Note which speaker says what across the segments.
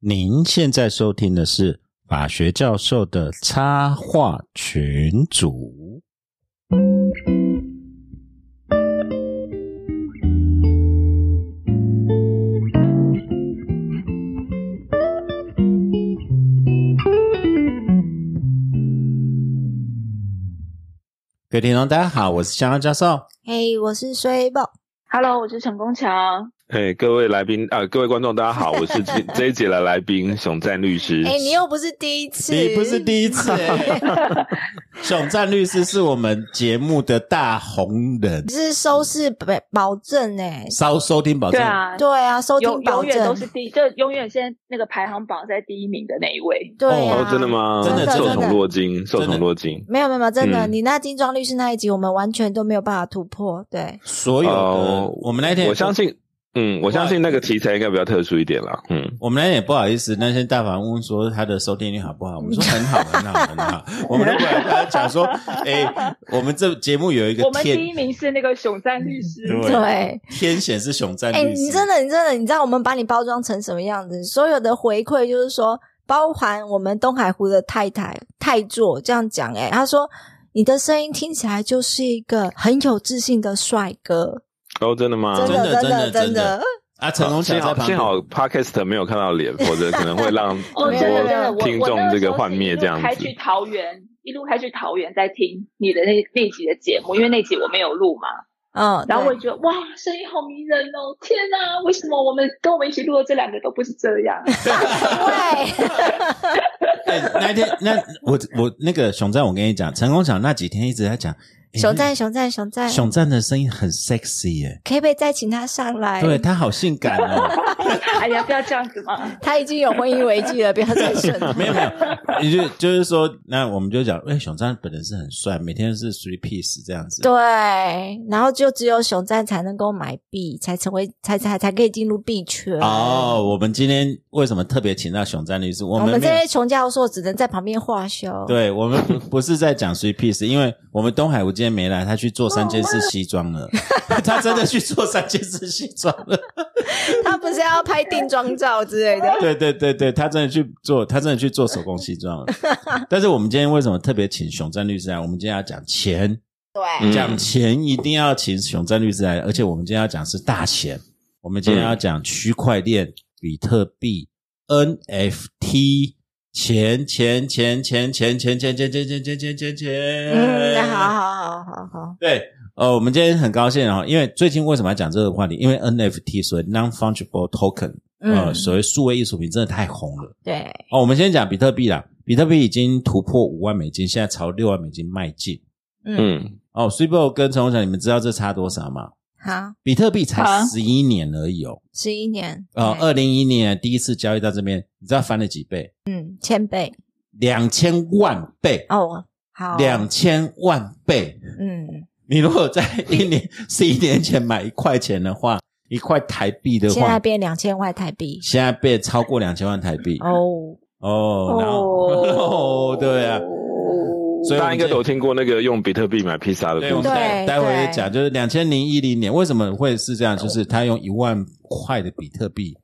Speaker 1: 您现在收听的是法学教授的插画群组。各位听众，大家好，我是香香教授。
Speaker 2: 嘿我是衰宝。
Speaker 3: Hello，我是陈功强。
Speaker 4: 哎，各位来宾啊、各位观众，大家好，我 是这这一节的来宾熊赞律师。
Speaker 2: 哎、你又不是第一次，
Speaker 1: 你不是第一次、熊赞律师是我们节目的大红人
Speaker 2: 你，是收视保保证哎、
Speaker 1: 收收听保证。
Speaker 3: 对啊，
Speaker 2: 对啊，收
Speaker 3: 永
Speaker 2: 听保
Speaker 3: 永远都
Speaker 2: 证
Speaker 3: 是，第，就永远现在那个排行榜在第一名的那一位。
Speaker 2: 对啊、
Speaker 1: 哦
Speaker 4: 哦，真的？吗？
Speaker 1: 真的
Speaker 4: 受
Speaker 1: 真的
Speaker 4: 宠若惊，受宠若惊。
Speaker 2: 没有没有没有，真的，
Speaker 4: 嗯
Speaker 2: 你那精装律师那一集，我们完全都没有办法突破。对，
Speaker 1: 所有的、
Speaker 4: 哦
Speaker 1: 我们那天也
Speaker 4: 我
Speaker 1: 不
Speaker 4: 相信，嗯，我相信那个题材应该比较特殊一点啦。嗯，
Speaker 1: 我们那天也不好意思，那些大凡问说他的收听率好 不好，我们说很好，很好，很好。我们都不敢跟他讲说，哎、我们这节目有一个
Speaker 3: 我们第一
Speaker 1: 天
Speaker 3: 名是那个熊赞律师。
Speaker 1: 对
Speaker 2: 对，
Speaker 1: 天险是熊战
Speaker 2: 哎、
Speaker 1: 律师，
Speaker 2: 你真的，你真的，你知道我们把你包装成什么样子？所有的回馈就是说，包含我们东海湖的太太太座这样讲，哎，他说你的声音听起来就是一个很有自信的帅哥，
Speaker 4: 哦，真的吗？
Speaker 2: 真的，
Speaker 1: 啊真的
Speaker 2: 真的，
Speaker 1: 真的
Speaker 2: 真的，
Speaker 1: 啊，成功
Speaker 4: 哦幸
Speaker 1: 强在
Speaker 4: 好
Speaker 1: 旁
Speaker 4: 幸
Speaker 1: 边。
Speaker 4: 好 podcast 没有看到脸，否则可能会 让
Speaker 3: 哦，
Speaker 4: 很
Speaker 3: 真的真的，
Speaker 4: 多
Speaker 3: 我
Speaker 4: 听
Speaker 3: 我
Speaker 4: 众
Speaker 3: 那
Speaker 4: 这
Speaker 3: 时
Speaker 4: 个
Speaker 3: 候
Speaker 4: 幻
Speaker 3: 是
Speaker 4: 灭
Speaker 3: 一路
Speaker 4: 这样
Speaker 3: 开
Speaker 4: 子
Speaker 3: 去。桃园，一路开去桃园，在听你的那那集的节目，因为那集我没有录嘛。
Speaker 2: 嗯，
Speaker 3: 然后
Speaker 2: 对
Speaker 3: 我也觉得哇，声音好迷人哦！天哪，为什么我们跟我们一起录的这两个都不是这样？
Speaker 2: 对，
Speaker 1: 哎那天那我我那个熊战，我跟你讲，成功强那几天一直在讲，哎
Speaker 2: 熊赞，熊赞，熊赞，
Speaker 1: 熊战的声音很 sexy 耶、
Speaker 2: 可不可以再请他上来？
Speaker 1: 对他好性感哦，
Speaker 3: 哎呀，不要这样子 嘛！
Speaker 2: 他已经有婚姻危机了，不要再生了。
Speaker 1: 没有没有，也就就是说，那我们就讲，哎、熊战本人是很帅，每天都是 three piece 这样子，
Speaker 2: 对，然后就只有熊赞才能够买币，才成为才才才可以进入币圈。
Speaker 1: 哦，我们今天为什么特别请到熊战律师？我
Speaker 2: 我
Speaker 1: 们
Speaker 2: 们
Speaker 1: 没
Speaker 2: 这
Speaker 1: 有
Speaker 2: 些穷教授只能在旁边画休。
Speaker 1: 对我们不不是在讲 three piece，因为我们东海吴今天没来，他去做三件事西装 了，他真的去做三件事西装了。
Speaker 2: 他不是要拍定妆照之类的？
Speaker 1: 对对对对，他真的去做，他真的去做手工西装了。但是我们今天为什么特别请熊战律师来？我们今天要讲钱，
Speaker 2: 对
Speaker 4: 嗯
Speaker 1: 讲钱一定要请熊战律师来，而且我们今天要讲是大钱，我们今天要讲区块链、比特币、NFT。钱钱钱钱钱钱钱钱钱钱钱钱钱钱，
Speaker 2: 嗯，那好好好好好，
Speaker 1: 对，呃，我们今天很高兴哦，因为最近为什么要讲这个话题？因为 NFT 所谓 non fungible token，、呃，
Speaker 2: 嗯，
Speaker 1: 所谓数位艺术品真的太红了
Speaker 2: 对，
Speaker 1: 哦。我们先讲比特币啦，比特币已经突破五万美金，现在朝六万美金迈进。
Speaker 2: 嗯，
Speaker 4: 嗯，
Speaker 1: 哦 s u p e r 跟陈宏强，你们知道这差多少吗？
Speaker 2: 好，嗯
Speaker 1: 比特币才
Speaker 3: 啊
Speaker 1: 十一年而已哦，
Speaker 2: 十一年，哎
Speaker 1: 呃，
Speaker 2: 对
Speaker 1: 二零一一年第一次交易到这边，你知道翻了几倍？
Speaker 2: 嗯，千倍
Speaker 1: 两千万倍，
Speaker 2: 哦，好，
Speaker 1: 两千万倍。
Speaker 2: 嗯，
Speaker 1: 你如果在一 年十一年前买一块钱的话，一块台币的
Speaker 2: 现在
Speaker 1: 话，
Speaker 2: 变两千万台币
Speaker 1: 现在被超过两千万台币哦
Speaker 2: 哦，
Speaker 1: 然 后对啊，
Speaker 3: 哦
Speaker 1: 所以
Speaker 4: 大
Speaker 1: 我
Speaker 4: 家
Speaker 1: 们
Speaker 4: 应该
Speaker 1: 今
Speaker 4: 都有听过那个用比特币买披萨的
Speaker 1: 对，我
Speaker 4: 故
Speaker 1: 们
Speaker 4: 事。
Speaker 1: 待
Speaker 2: 对
Speaker 1: 待会儿也
Speaker 2: 对
Speaker 1: 讲，就是两千零一零年为什么会是这样，就是他用一万块的比特币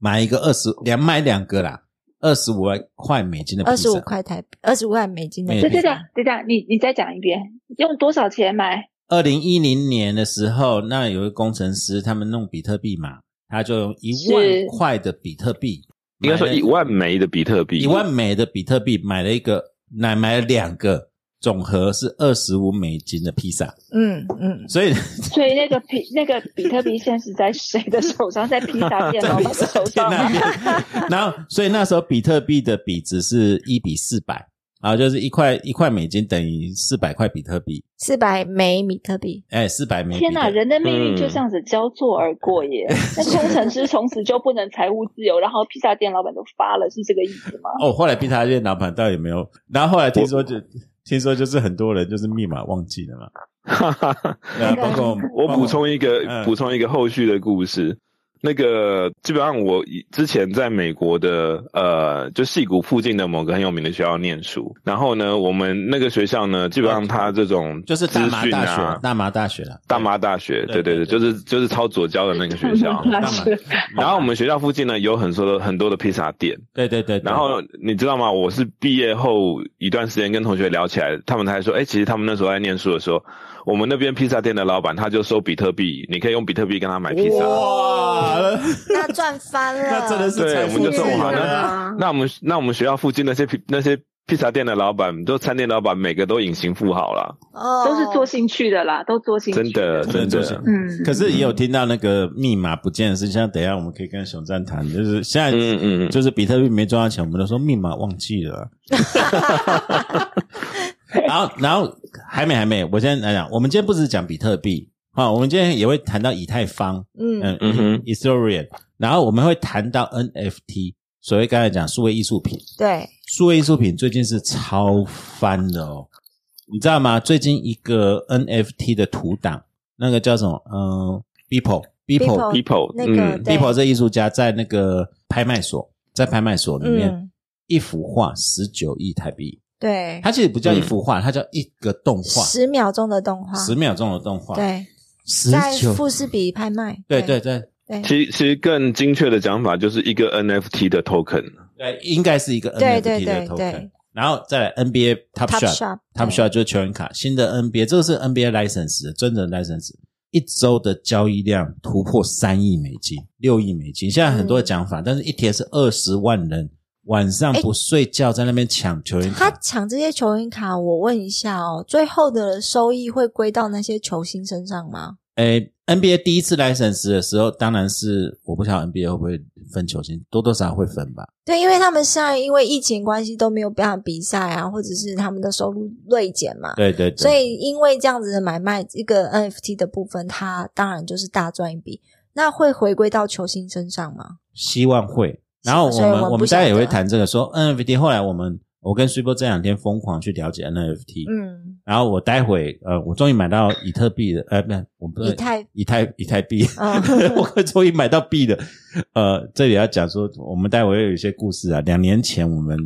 Speaker 1: 买一个二十两买两个啦，二十五块美金的
Speaker 2: 二
Speaker 1: 披
Speaker 2: 十五
Speaker 1: 萨，
Speaker 2: 块台，二十五块美金的
Speaker 4: 嗯
Speaker 1: 美
Speaker 2: 披
Speaker 1: 金
Speaker 2: 萨，
Speaker 3: 对对对对对，你你再讲一遍，用多少钱买？
Speaker 1: 二零一零年的时候，那有一个工程师他们弄比特币嘛，他就用一万
Speaker 3: 是
Speaker 1: 块的比特币，
Speaker 4: 应该说一万枚的比特币，
Speaker 1: 一 万美的比特币买了一个，买买了两个，总和是二十五美金的披萨。
Speaker 2: 嗯嗯，
Speaker 1: 所以
Speaker 3: 所以那个比那个比特币现在是在谁的手上？在披萨店
Speaker 1: 在
Speaker 3: 老
Speaker 1: 比
Speaker 3: 板的
Speaker 1: 萨
Speaker 3: 手
Speaker 1: 店
Speaker 3: 上
Speaker 1: 那
Speaker 3: 吗？
Speaker 1: 边，然后所以那时候比特币的比值是一比四百，啊，就是一块一块美金等于四百块比特币，
Speaker 2: 四百枚米特 币，
Speaker 1: 哎，四百美。
Speaker 3: 天
Speaker 1: 哪，
Speaker 3: 呐，人的命运
Speaker 4: 嗯
Speaker 3: 就这样子交错而过 耶！那工程师从此就不能财务自由，然后披萨店老板都发了，是这个意思吗？
Speaker 1: 哦，后来披萨店老板到底有没有？然后后来听说就听说就是很多人就是密码忘记了嘛，
Speaker 4: 哈哈哈。
Speaker 1: 对啊，包括
Speaker 4: 我补。
Speaker 1: 包括
Speaker 4: 充一
Speaker 1: 嗯
Speaker 4: 个，补充一个后续的故事，那个基本上我以之前在美国的呃，就戏谷附近的某个很有名的学校念书，然后呢，我们那个学校呢，基本上它这种
Speaker 1: 哦就是大麻
Speaker 4: 资讯
Speaker 1: 大学，
Speaker 4: 啊
Speaker 1: 大麻大学了，
Speaker 4: 大麻大学，
Speaker 1: 对
Speaker 4: 对对
Speaker 1: 对
Speaker 4: 对，就是就是超左交的那个学校。
Speaker 1: 大
Speaker 3: 大
Speaker 1: 麻
Speaker 3: 学，
Speaker 4: 然后我们学校附近呢有很多的很多的披萨店，
Speaker 1: 对对对，对
Speaker 4: 然后你知道吗？我是毕业后一段时间跟同学聊起来，他们才说，哎、其实他们那时候在念书的时候，我们那边披萨店的老板他就收比特币，你可以用比特币跟他买披萨。
Speaker 1: 哇，
Speaker 2: 那赚翻了，
Speaker 1: 那真的是
Speaker 4: 对
Speaker 1: 财
Speaker 4: 我
Speaker 1: 富
Speaker 4: 们就
Speaker 1: 自
Speaker 4: 这么
Speaker 1: 由
Speaker 4: 玩
Speaker 1: 了。
Speaker 3: 啊，
Speaker 4: 那我们那我们学校附近那些披那些披萨店的老板，就餐店老板，每个都隐形富豪啦，
Speaker 2: 哦，
Speaker 3: 都是做兴趣的啦，都做兴趣。
Speaker 4: 真的
Speaker 1: 真的
Speaker 4: 真
Speaker 1: 就
Speaker 4: 的。
Speaker 1: 是
Speaker 3: 嗯，
Speaker 1: 可是也有听到那个密码不见的事情，像等一下我们可以跟熊赞谈，就是现在
Speaker 4: 嗯嗯嗯
Speaker 1: 哎就是比特币没赚到钱，我们都说密码忘记 了。然后，然后还没还没，我先来讲，我们今天不只讲比特币啊、我们今天也会谈到以太坊，
Speaker 2: 嗯
Speaker 1: 嗯
Speaker 4: 嗯哼
Speaker 1: e t h e r e u m 然后我们会谈到 NFT，所谓刚才讲数位艺术品，
Speaker 2: 对，
Speaker 1: 数位艺术品最近是超翻的哦，你知道吗？最近一个 NFT 的图档，那个叫什么？嗯、b e e p l b e e p l
Speaker 2: Beeple
Speaker 4: ，people，
Speaker 2: 哦那个
Speaker 4: 嗯
Speaker 1: b
Speaker 2: 对
Speaker 1: e e p l 这艺术家在那个拍卖所，在拍卖所里面，
Speaker 2: 嗯
Speaker 1: 一幅画十九亿台币，
Speaker 2: 对，
Speaker 1: 它其实不叫一幅画，它叫一个动画，
Speaker 2: 十秒钟的动画，
Speaker 1: 十秒钟的动画，，
Speaker 2: 对，
Speaker 1: 十
Speaker 2: 在
Speaker 1: 九，
Speaker 2: 富士比拍卖，
Speaker 1: 对对对
Speaker 2: 对
Speaker 4: 其其实更精确的讲法就是一个 NFT 的 token。
Speaker 1: 对，应该是一个
Speaker 2: 对
Speaker 1: NFT 的
Speaker 2: 对对对
Speaker 1: token。然后再来 NBA Top
Speaker 2: Top
Speaker 1: Shot
Speaker 2: Shot，
Speaker 1: Top
Speaker 2: 对
Speaker 1: Shot 就是球员卡，新的 NBA 这个是 NBA license 的真人 license，一周的交易量突破三亿美金，六亿美金。现在很多的讲法，
Speaker 2: 嗯
Speaker 1: 但是一天是二十万人晚上不睡觉在那边抢球员
Speaker 2: 他
Speaker 1: 卡，
Speaker 2: 抢这些球员卡，我问一下哦，最后的收益会归到那些球星身上吗？
Speaker 1: 诶。NBA 第一次 license 的时候，当然是我不晓得 NBA 会不会分球星，多多少少会分吧。
Speaker 2: 对，因为他们现在因为疫情关系都没有办法比赛啊，或者是他们的收入锐减嘛，
Speaker 1: 对对对，
Speaker 2: 所以因为这样子的买卖，这个 NFT 的部分，它当然就是大赚一笔。那会回归到球星身上吗？
Speaker 1: 希望会。然后我
Speaker 2: 所以我
Speaker 1: 们
Speaker 2: 们
Speaker 1: 我
Speaker 2: 不
Speaker 1: 们大家
Speaker 2: 晓
Speaker 1: 也
Speaker 2: 得
Speaker 1: 会谈这个，说 NFT。后来我们我跟 Super 这两天疯狂去了解 NFT，、
Speaker 2: 嗯，
Speaker 1: 然后我待会呃，我终于买到以特币的，呃，不是，我不是
Speaker 2: 嗯
Speaker 1: 以
Speaker 2: 以太
Speaker 1: 太以太币，
Speaker 2: 嗯
Speaker 1: 我终于买到币的。呃，这里要讲说，我们待会会有一些故事啊。两年前我们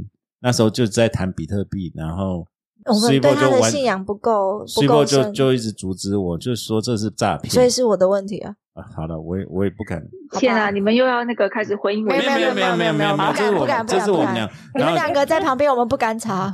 Speaker 1: 那时候就在谈比特币，然后
Speaker 2: 我们
Speaker 1: Super
Speaker 2: 对它
Speaker 1: 就
Speaker 2: 的
Speaker 1: 完
Speaker 2: 信仰不够不
Speaker 1: Super
Speaker 2: 够
Speaker 1: 就
Speaker 2: 深，
Speaker 1: 就一直阻止我，就说这是诈骗。
Speaker 2: 所以是我的问题啊。
Speaker 1: 啊好了，我也我也不敢
Speaker 3: 天啊，你们又要那个开始回应我？
Speaker 2: 没有
Speaker 1: 没有没有没有没有，
Speaker 2: 没有
Speaker 1: 这是我
Speaker 2: 不敢
Speaker 1: 们
Speaker 2: 不敢
Speaker 1: 这是我们
Speaker 2: 不敢
Speaker 1: 俩，
Speaker 2: 你
Speaker 1: 然
Speaker 2: 们
Speaker 1: 后
Speaker 2: 两个在旁边，我们不敢吵。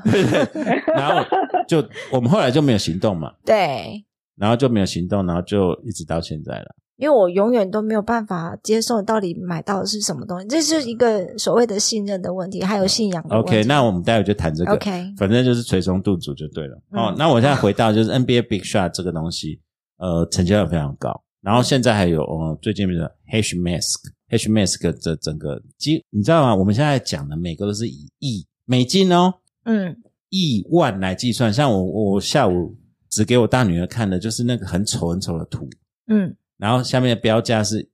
Speaker 1: 然后就我们后来就没有行动嘛，
Speaker 2: 对，
Speaker 1: 然后就没有行动，然后就一直到现在了。
Speaker 2: 因为我永远都没有办法接受到底买到的是什么东西，这是一个所谓的信任的问题，还有信仰的问题。
Speaker 1: OK，那我们待会就谈这个。
Speaker 2: OK
Speaker 1: 反正就是捶胸顿足就对了。
Speaker 2: 嗯
Speaker 1: 哦，那我现在回到就是 NBA Big Shot 这个东西，呃，成交量非常高。然后现在还有，呃，最近的 Hash Mask，Hash Mask 这整个，基你知道吗？我们现在讲的每个都是以亿美金哦，
Speaker 2: 嗯，
Speaker 1: 亿万来计算。像我，我下午只给我大女儿看的，就是那个很丑很丑的图，
Speaker 2: 嗯
Speaker 1: 然后下面的标价是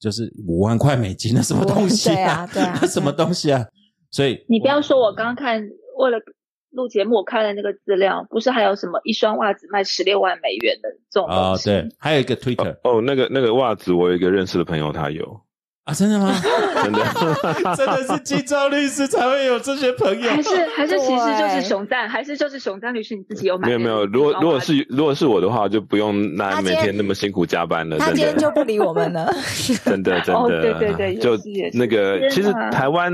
Speaker 1: 就是五万块美金，那什么东西
Speaker 2: 五万对啊对啊
Speaker 1: 那什么东西啊？所以
Speaker 3: 你不要说我刚刚看，为了录节目，我看了那个资料，不是还有什么一双袜子卖十六万美元的这种
Speaker 1: 哦
Speaker 2: 啊
Speaker 3: 东，西？
Speaker 1: 对，还有一个 Twitter
Speaker 4: 哦，那个那个袜子，我有一个认识的朋友，他有，
Speaker 1: 啊，真的吗？
Speaker 4: 真的。
Speaker 1: 真的是金州律师才会有这些朋 友
Speaker 3: 还是还是其实就是
Speaker 2: 对
Speaker 3: 熊赞，还是就是熊赞律师你自己有买
Speaker 4: 没
Speaker 3: 那个
Speaker 4: 有没
Speaker 3: 一双袜子？
Speaker 4: 有，如果如果是如果是我的话，就不用
Speaker 2: 他
Speaker 4: 那
Speaker 2: 今
Speaker 4: 每
Speaker 2: 天
Speaker 4: 天那么辛苦加班了，
Speaker 2: 他
Speaker 4: 真
Speaker 2: 今天就
Speaker 4: 的
Speaker 2: 不理我们 了。
Speaker 4: 真的真的。啊
Speaker 3: 哦对对对
Speaker 4: 就
Speaker 3: 也是也是
Speaker 4: 那个，
Speaker 3: 天
Speaker 4: 其实
Speaker 3: 哪
Speaker 4: 台湾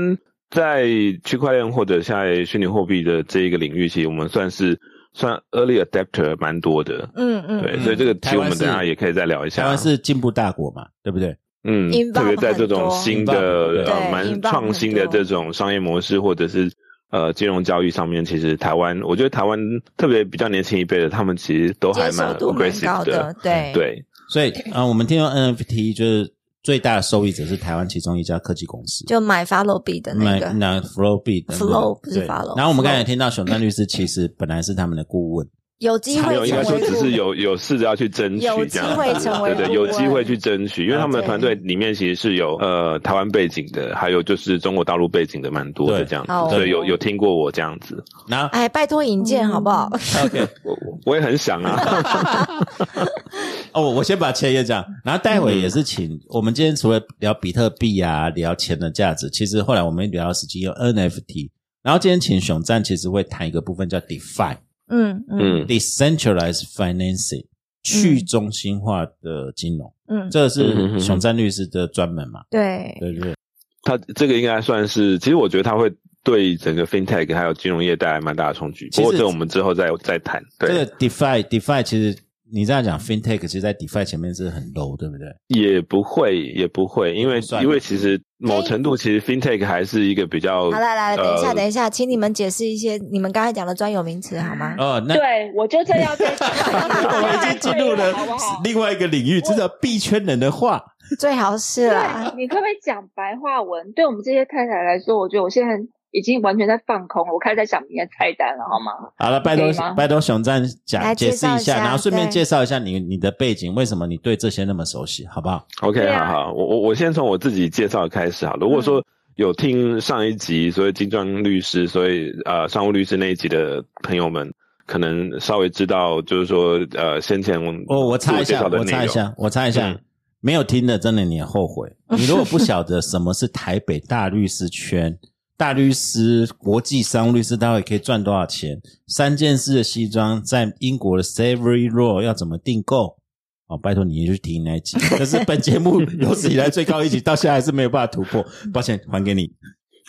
Speaker 4: 在区块链或者在虚拟货币的这一个领域，其实我们算是算 early adapter 蛮多的。
Speaker 2: 嗯嗯，
Speaker 4: 对，
Speaker 1: 嗯
Speaker 4: 哎所以这个其
Speaker 1: 台
Speaker 4: 实我
Speaker 1: 湾
Speaker 4: 们
Speaker 1: 是
Speaker 4: 等一下也可以再聊一下。
Speaker 1: 台湾是进步大国嘛，对不对？
Speaker 4: 嗯，
Speaker 2: Involve
Speaker 4: 特别在这
Speaker 2: 很
Speaker 4: 种
Speaker 2: 多
Speaker 4: 新的
Speaker 1: Involve
Speaker 2: 对
Speaker 4: 呃
Speaker 2: Involve
Speaker 4: 蛮创新的
Speaker 2: 很多
Speaker 4: 这种商业模式，或者是呃金融交易上面，其实台湾，我觉得台湾特别比较年轻一辈的，他们其实都还
Speaker 2: 接
Speaker 4: 蛮
Speaker 2: 受度蛮
Speaker 4: aggressive 嗯
Speaker 2: 高的，对，
Speaker 4: 对，
Speaker 1: 所以啊、呃我们听到 NFT 就是最大的受益者是台湾其中一家科技公司，
Speaker 2: 就买 Follow B 的那个，
Speaker 1: 那 Flow B 的
Speaker 2: Flow，不是
Speaker 1: 对
Speaker 2: follow，
Speaker 1: 然后我们刚才
Speaker 2: flow
Speaker 1: 也听到熊赞律师其实本来是他们的顾问，
Speaker 2: 有机
Speaker 1: 没
Speaker 2: 会成
Speaker 4: 没有
Speaker 2: 为
Speaker 4: 应该说只是
Speaker 2: 顾
Speaker 4: 有有试着要去争取这样
Speaker 2: 有
Speaker 4: 子，啊
Speaker 2: 机会成为
Speaker 4: 对
Speaker 2: 顾
Speaker 4: 对，有
Speaker 2: 问
Speaker 4: 机会去争取，因为他们的团队
Speaker 2: 对
Speaker 4: 里面其实是有呃台湾背景的，还有就是中国大陆背景的蛮多的
Speaker 1: 对
Speaker 4: 这样子
Speaker 2: 哦，
Speaker 4: 所以有有听过我这样子，
Speaker 1: 然后
Speaker 2: 哎，拜托引荐好不好？
Speaker 1: OK，
Speaker 4: 我我也很想啊，
Speaker 1: 哦，我先把前言讲，然后待会也是请、我们今天除了聊比特币啊，聊钱的价值，其实后来我们也聊到实际用 NFT，然后今天请熊赞其实会谈一个部分叫 DeFi
Speaker 2: 嗯嗯
Speaker 4: 嗯
Speaker 1: Decentralized Financing 去中心化的金融，
Speaker 2: 嗯，
Speaker 1: 这
Speaker 4: 嗯
Speaker 1: 是
Speaker 4: 嗯嗯
Speaker 1: 熊赞律师的专门嘛，
Speaker 2: 对，
Speaker 1: 对不对？
Speaker 4: 它这个应该算是，其实我觉得它会对整个 fintech 还有金融业带来蛮大的冲击。
Speaker 1: 其实
Speaker 4: 不过这我们之后再再谈。
Speaker 1: 这
Speaker 4: 对，
Speaker 1: 个 DeFi DeFi 其实你这样讲 FinTech，其实在 DeFi 前面是很 low，对不对？
Speaker 4: 也不会，也不会，因为
Speaker 1: 不算
Speaker 4: 因为其实某程度其实 fintech 还是一个比较
Speaker 2: 好来来，等一下，
Speaker 4: 呃
Speaker 2: 等一下，请你们解释一些你们刚才讲的专有名词好
Speaker 4: 嗯
Speaker 2: 吗？
Speaker 1: 哦，那
Speaker 3: 对，啊我就这要再 讲
Speaker 1: 我们已经进入了
Speaker 3: 好不好？
Speaker 1: 另外一个领域，这叫币圈人的话。
Speaker 2: 最好是啦，
Speaker 3: 对，你可不可以讲白话文？对我们这些太太来说，我觉得我现在已经完全在放空，我开始在想明天菜单了，好吗？
Speaker 1: 好了，拜托
Speaker 3: 可以吗
Speaker 1: 拜托熊赞
Speaker 2: 来
Speaker 1: 讲解释
Speaker 2: 介绍
Speaker 1: 一
Speaker 2: 一
Speaker 1: 下，
Speaker 2: 下
Speaker 1: 然后顺便
Speaker 2: 对
Speaker 1: 介绍一下你你的背景，为什么你对这些那么熟悉，好不好？
Speaker 4: OK，
Speaker 3: 对
Speaker 4: 好
Speaker 3: 啊
Speaker 4: 好，我我我先从我自己介绍开始好了。如果
Speaker 1: 嗯
Speaker 4: 说有听上一集，所以金砖律师，所以呃商务律师那一集的朋友们，可能稍微知道，就是说呃先前
Speaker 1: 哦，我
Speaker 4: 自
Speaker 1: 擦一
Speaker 4: 介
Speaker 1: 下，
Speaker 4: 绍的
Speaker 1: 我
Speaker 4: 内容
Speaker 1: 擦一下，我擦一下
Speaker 4: 嗯，
Speaker 1: 没有听的真的你也后 悔。你如果不晓得什么是台北大律师圈。大律师、国际商务律师，待会可以赚多少钱？三件事的西装在英国的 Savory Row 要怎么订购？哦，拜托你去听那一 集，这是本节目有史以来最高一集，到现在还是没有办法突破，
Speaker 4: 嗯
Speaker 1: 抱歉，还给你。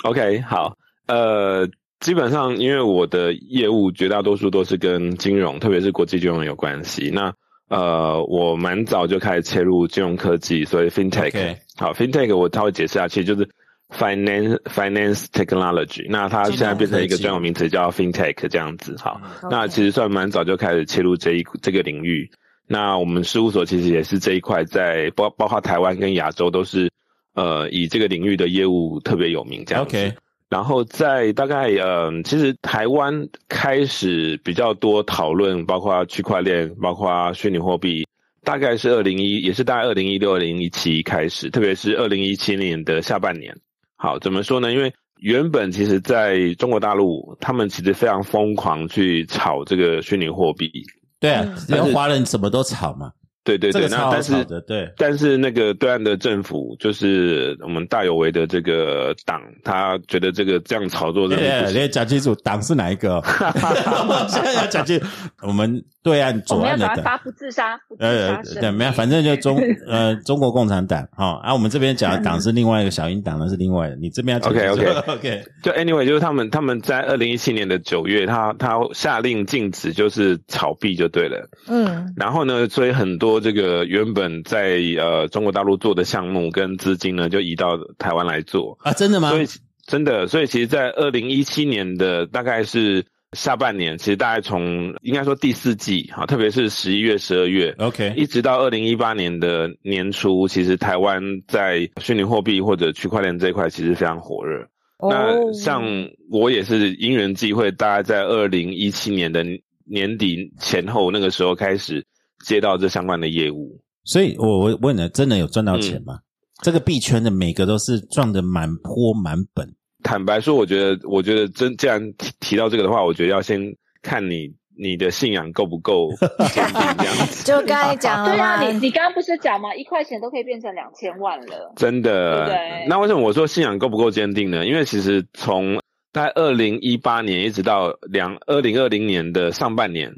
Speaker 4: OK，好，呃，基本上因为我的业务绝大多数都是跟金融，特别是国际金融有关系。那呃，我蛮早就开始切入金融科技，所以 FinTech。
Speaker 1: OK
Speaker 4: 好，FinTech 我稍微解释下，其实就是 Finance Finance Technology。那它现在变成一个
Speaker 1: 金
Speaker 4: 专
Speaker 1: 融科技
Speaker 4: 有名词叫 FinTech 这样子。好，那
Speaker 2: OK
Speaker 4: 其实算蛮早就开始切入这一这个领域。那我们事务所其实也是这一块在包包括台湾跟亚洲都是呃以这个领域的业务特别有名这样子。
Speaker 1: OK，
Speaker 4: 然后在大概嗯，其实台湾开始比较多讨论，包括区块链，包括虚拟货币，大概是二零一，也是大概二零一六、二零一七开始，特别是二零一七年的下半年。好，怎么说呢？因为原本其实在中国大陆，他们其实非常疯狂去炒这个虚拟货币，
Speaker 1: 对啊
Speaker 2: 嗯，
Speaker 1: 连华人什么都吵嘛，
Speaker 4: 对对
Speaker 1: 这
Speaker 4: 对，
Speaker 1: 个
Speaker 4: 那
Speaker 1: 超好
Speaker 4: 但
Speaker 1: 吵
Speaker 4: 是
Speaker 1: 的，对，
Speaker 4: 但是那个对岸的政府，就是我们大有为的这个党，他觉得这个这样炒作真的不
Speaker 1: 对，
Speaker 4: 行。
Speaker 1: 连讲清楚党是哪一 个哦，我现在要讲清，我们对岸
Speaker 3: 我
Speaker 1: 左
Speaker 3: 们要
Speaker 1: 岸的
Speaker 3: 赶快
Speaker 1: 党。
Speaker 3: 发布自杀，不自
Speaker 1: 呃
Speaker 3: 杀，声
Speaker 1: 对，没有，反正就中呃中国共产党哈、啊，我们这边讲的党是另外一个小英党，那是另外的，你这边要
Speaker 4: OK，OK
Speaker 1: OK，
Speaker 4: 就 anyway，就是他们他们在二零一七年的九月，他他下令禁止就是炒币就对了。
Speaker 2: 嗯
Speaker 4: 然后呢，所以很多这个原本在呃中国大陆做的项目跟资金呢，就移到台湾来做。
Speaker 1: 啊，真的吗
Speaker 4: 所？以真的，所以其实，在二零一七年的大概是下半年，其实大概从应该说第四季啊，特别是十一月、十二月，
Speaker 1: OK，
Speaker 4: 一直到二零一八年的年初，其实台湾在虚拟货币或者区块链这一块其实非常火热。那
Speaker 2: 哦
Speaker 4: 像我也是因缘际会，大概在二零一七年的年底前后，那个时候开始接到这相关的业务。
Speaker 1: 所以我我问了，真的有赚到钱吗？
Speaker 4: 嗯
Speaker 1: 这个币圈的每个都是赚的满坡满本，
Speaker 4: 坦白说，我觉得，我觉得真既然提提到这个的话，我觉得要先看你你的信仰够不够坚定，这样 子。
Speaker 2: 就刚才讲了
Speaker 3: 对
Speaker 2: 嘛
Speaker 3: 啊，，你你刚刚不是讲吗？一块钱都可以变成两千万了。
Speaker 4: 真的
Speaker 3: 对不对。
Speaker 4: 那为什么我说信仰够不够坚定呢？因为其实从在二零一八年一直到两二零二零年的上半年，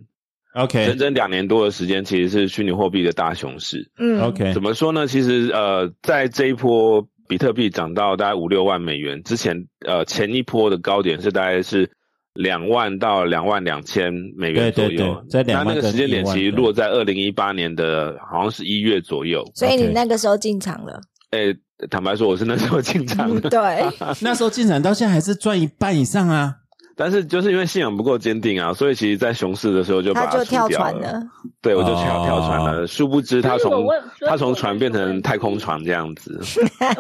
Speaker 4: 整
Speaker 1: OK
Speaker 4: 整两年多的时间，其实是虚拟货币的大熊市。
Speaker 2: 嗯
Speaker 1: OK，
Speaker 4: 怎么说呢？其实呃，在这一波比特币涨到大概五六万美元之前，呃，前一波的高点是大概是两万到两万两千美元左
Speaker 1: 对
Speaker 4: 右。
Speaker 1: 对对在两
Speaker 4: 那
Speaker 1: 万
Speaker 4: 那个时间
Speaker 1: 跟
Speaker 4: 点
Speaker 1: 一万
Speaker 4: 其实
Speaker 1: 对
Speaker 4: 落在二零一八年的好像是一月左右。
Speaker 2: 所以你那个时候进场 了，
Speaker 4: 诶、坦白说，我是那时候进场
Speaker 3: 嗯
Speaker 4: 的。
Speaker 2: 对，
Speaker 1: 那时候进展到现在还是赚一半以上啊。
Speaker 4: 但是就是因为信仰不够坚定啊，所以其实，在熊市的时 候就把
Speaker 2: 他
Speaker 4: 它
Speaker 2: 就
Speaker 4: 输
Speaker 2: 跳
Speaker 4: 掉
Speaker 2: 船了。
Speaker 4: 对，我就跳
Speaker 1: 哦
Speaker 4: 跳船了。殊不知他
Speaker 3: 所以我
Speaker 4: 从
Speaker 3: 问所以
Speaker 4: 他从
Speaker 3: 我
Speaker 4: 船
Speaker 3: 问啊
Speaker 4: 变
Speaker 3: 这个
Speaker 4: 成
Speaker 3: 问
Speaker 4: 太空
Speaker 3: 题
Speaker 4: 船这样子，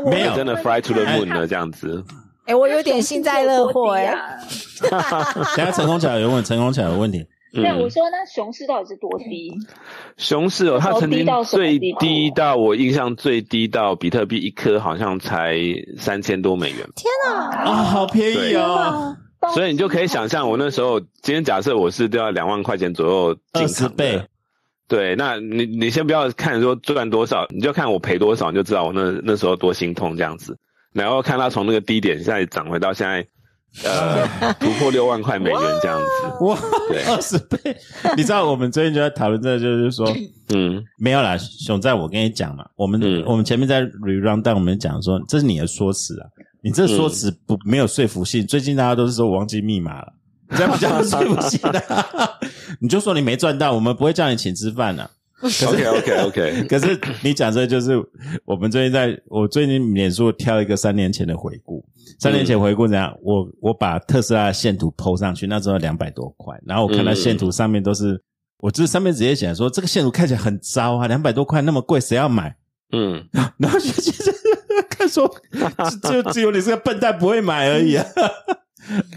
Speaker 3: 我
Speaker 1: 没有
Speaker 3: 问啊
Speaker 4: 真的
Speaker 3: 问
Speaker 4: fly to the
Speaker 3: 他
Speaker 4: moon 了这样子。
Speaker 2: 哎，我有点幸灾乐祸
Speaker 3: 哎、
Speaker 4: 啊
Speaker 2: 哎，
Speaker 1: 等一下成功起来有问，成功起来有问题。
Speaker 2: 哎
Speaker 3: 啊对，
Speaker 4: 嗯
Speaker 3: 我说那熊市到底是多低？
Speaker 4: 熊市哦，它
Speaker 3: 从
Speaker 4: 曾
Speaker 3: 低
Speaker 4: 经
Speaker 3: 到什么
Speaker 4: 最
Speaker 3: 地步
Speaker 4: 低到我印象最低到比特币一颗好像才三千多美元，
Speaker 2: 天哪！
Speaker 1: 啊，好便宜哦，
Speaker 3: 暴
Speaker 4: 所以你就可以想象我那时候，今天假设我是都要两万块钱左右进
Speaker 1: 二十
Speaker 4: 场的
Speaker 1: 倍，
Speaker 4: 对，那你你先不要看说赚多少，你就看我赔多少，你就知道我那那时候多心痛这样子。然后看它从那个低点现在涨回到现在， 呃，突破六万块美元这样子。
Speaker 1: 哇，
Speaker 4: 对
Speaker 1: 二十倍！你知道我们最近就在讨论这个，就是 说
Speaker 4: 嗯
Speaker 1: 没有啦，熊仔，我跟你讲嘛，我们、
Speaker 4: 嗯
Speaker 1: 我们前面在 re round，但我们讲说这是你的说辞啊，你这说辞不、没有说服性。最近大家都是说我忘记密码了，你这样比较有说服性的、 你就说你没赚到，我们不会叫你请吃饭啊的、
Speaker 4: ，OK OK OK，
Speaker 1: 可是你讲这就是我们最近在，我最近脸书挑一个三年前的回顾，三年前回顾怎样？我我把特斯拉的线图 PO 上去，那时候两百多块，然后我看到线图上面都是，我这上面直接写说这个线图看起来很糟啊，两百多块那么贵，谁要买？
Speaker 4: 嗯，
Speaker 1: 然后就其实 看说，就就只有你是个笨蛋不会买而已啊。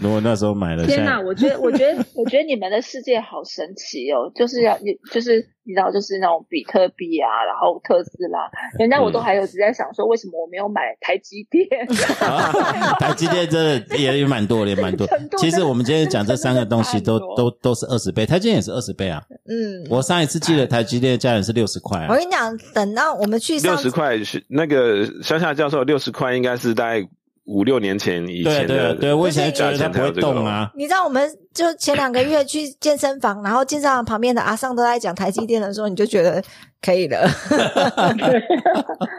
Speaker 1: 如果那时候买了，
Speaker 3: 天
Speaker 1: 哪
Speaker 3: 哪，！我觉得，我觉 得，我觉得你们的世界好神奇哦，就是要你，就是你知道，就是那种比特币啊，然后特斯拉，人家我
Speaker 4: 嗯
Speaker 3: 都还有直在想说，为什么我没有买台积电？
Speaker 1: 啊，台积电真的也也蛮多的，也 蛮多
Speaker 3: 程度。
Speaker 1: 其实我们今天讲这三个东西都
Speaker 3: 真的
Speaker 1: 都都是二十倍，台积电也是二十倍啊。
Speaker 2: 嗯，
Speaker 1: 我上一次记得台积电的价钱是六十块
Speaker 2: 我
Speaker 4: 哦
Speaker 1: 啊，
Speaker 2: 跟你讲，等到我们去
Speaker 4: 六
Speaker 2: 上
Speaker 4: 十块是那个乡下教授六十块应该是大概五六年前以
Speaker 1: 对啊
Speaker 4: 前
Speaker 1: 对啊
Speaker 4: 的，
Speaker 1: 对啊，我以前觉得它不会
Speaker 4: 哦
Speaker 1: 动啊。
Speaker 2: 你知道我们就前两个月去健身房，然后健身房旁边的阿尚都在讲台积电的时候，你就觉得可以了。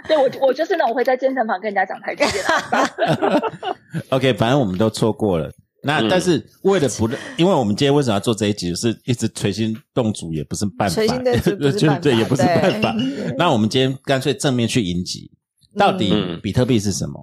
Speaker 3: 对我，我就是那种会在健身房跟人家讲台积电的。
Speaker 1: OK，反正我们都错过了。那
Speaker 4: 嗯
Speaker 1: 但是为了不让，因为我们今天为什么要做这一集，就是一直捶心动足也不是办法，
Speaker 2: 捶心动足不是
Speaker 1: 就
Speaker 2: 办 法
Speaker 1: 对，也不是
Speaker 2: 对
Speaker 1: 办法。那我们今天干脆正面去迎击，到底
Speaker 4: 嗯
Speaker 1: 比特币是什么？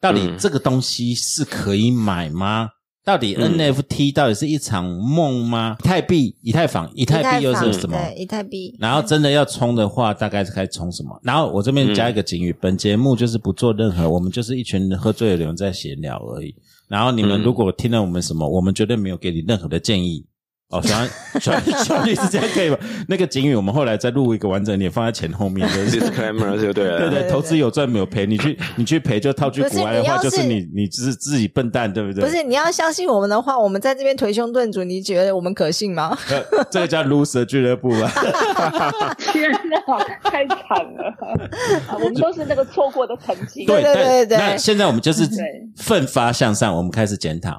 Speaker 1: 到底
Speaker 4: 嗯
Speaker 1: 这个东西是可以买吗？到底
Speaker 4: 嗯
Speaker 1: NFT 到底是一场梦吗？以太币、以太坊、以太币又
Speaker 2: 坊
Speaker 1: 是什么？
Speaker 2: 对，以太币。
Speaker 1: 然后真的要冲的话，大概是该冲什么？然后我这边加一个警
Speaker 4: 嗯
Speaker 1: 语：本节目就是不做任何，我们就是一群喝醉的人在闲聊而已。然后你们
Speaker 4: 嗯
Speaker 1: 如果听了我们什么，我们绝对没有给你任何的建议。哦，小 安，小安，小安律师这样可以吗？那个警语我们后来再录一个完整点，放在前后面，就是
Speaker 4: disclaimer 就 对
Speaker 1: 对
Speaker 4: 了。
Speaker 1: 对，
Speaker 2: 对
Speaker 1: 投资有赚没有赔，你去 你去赔就套句
Speaker 2: 不是
Speaker 1: 古玩的话，
Speaker 2: 你要
Speaker 1: 就是
Speaker 2: 是
Speaker 1: 你你就是自己笨蛋，对不对？
Speaker 2: 不是你要相信我们的话，我们在这边捶胸顿足，你觉得我们可信吗？
Speaker 1: 呃，这个叫 loser 俱乐部啊 吧？
Speaker 3: 天哪，太惨 了！啊我们都是那个错过的曾经。
Speaker 2: 对
Speaker 1: 但
Speaker 2: 对对
Speaker 1: 那现在我们就是
Speaker 3: 对
Speaker 1: 奋发向上，我们开始检讨。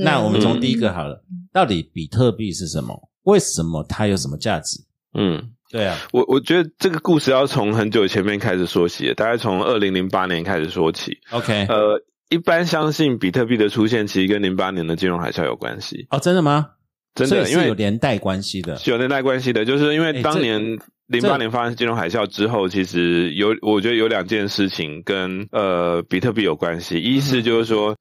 Speaker 1: 那我们从第一个好了，到底比特币是什么？为什么它有什么价值？
Speaker 4: 嗯。
Speaker 1: 对啊，
Speaker 4: 我我觉得这个故事要从很久前面开始说起，大概从二零零八年开始说起。
Speaker 1: ，OK，
Speaker 4: 呃，一般相信比特币的出现，其实跟零八年的金融海啸有关系，
Speaker 1: 哦，真的吗？
Speaker 4: 真
Speaker 1: 所以
Speaker 4: 的，因
Speaker 1: 是有
Speaker 4: 为
Speaker 1: 连带关系的。
Speaker 4: 是有连带关系的，就是因
Speaker 1: 哎
Speaker 4: 为当
Speaker 1: 这
Speaker 4: 年零八年发生金融海啸之后，其实有我觉得有两件事情跟呃比特币有关系，一
Speaker 1: 嗯
Speaker 4: 是就是说。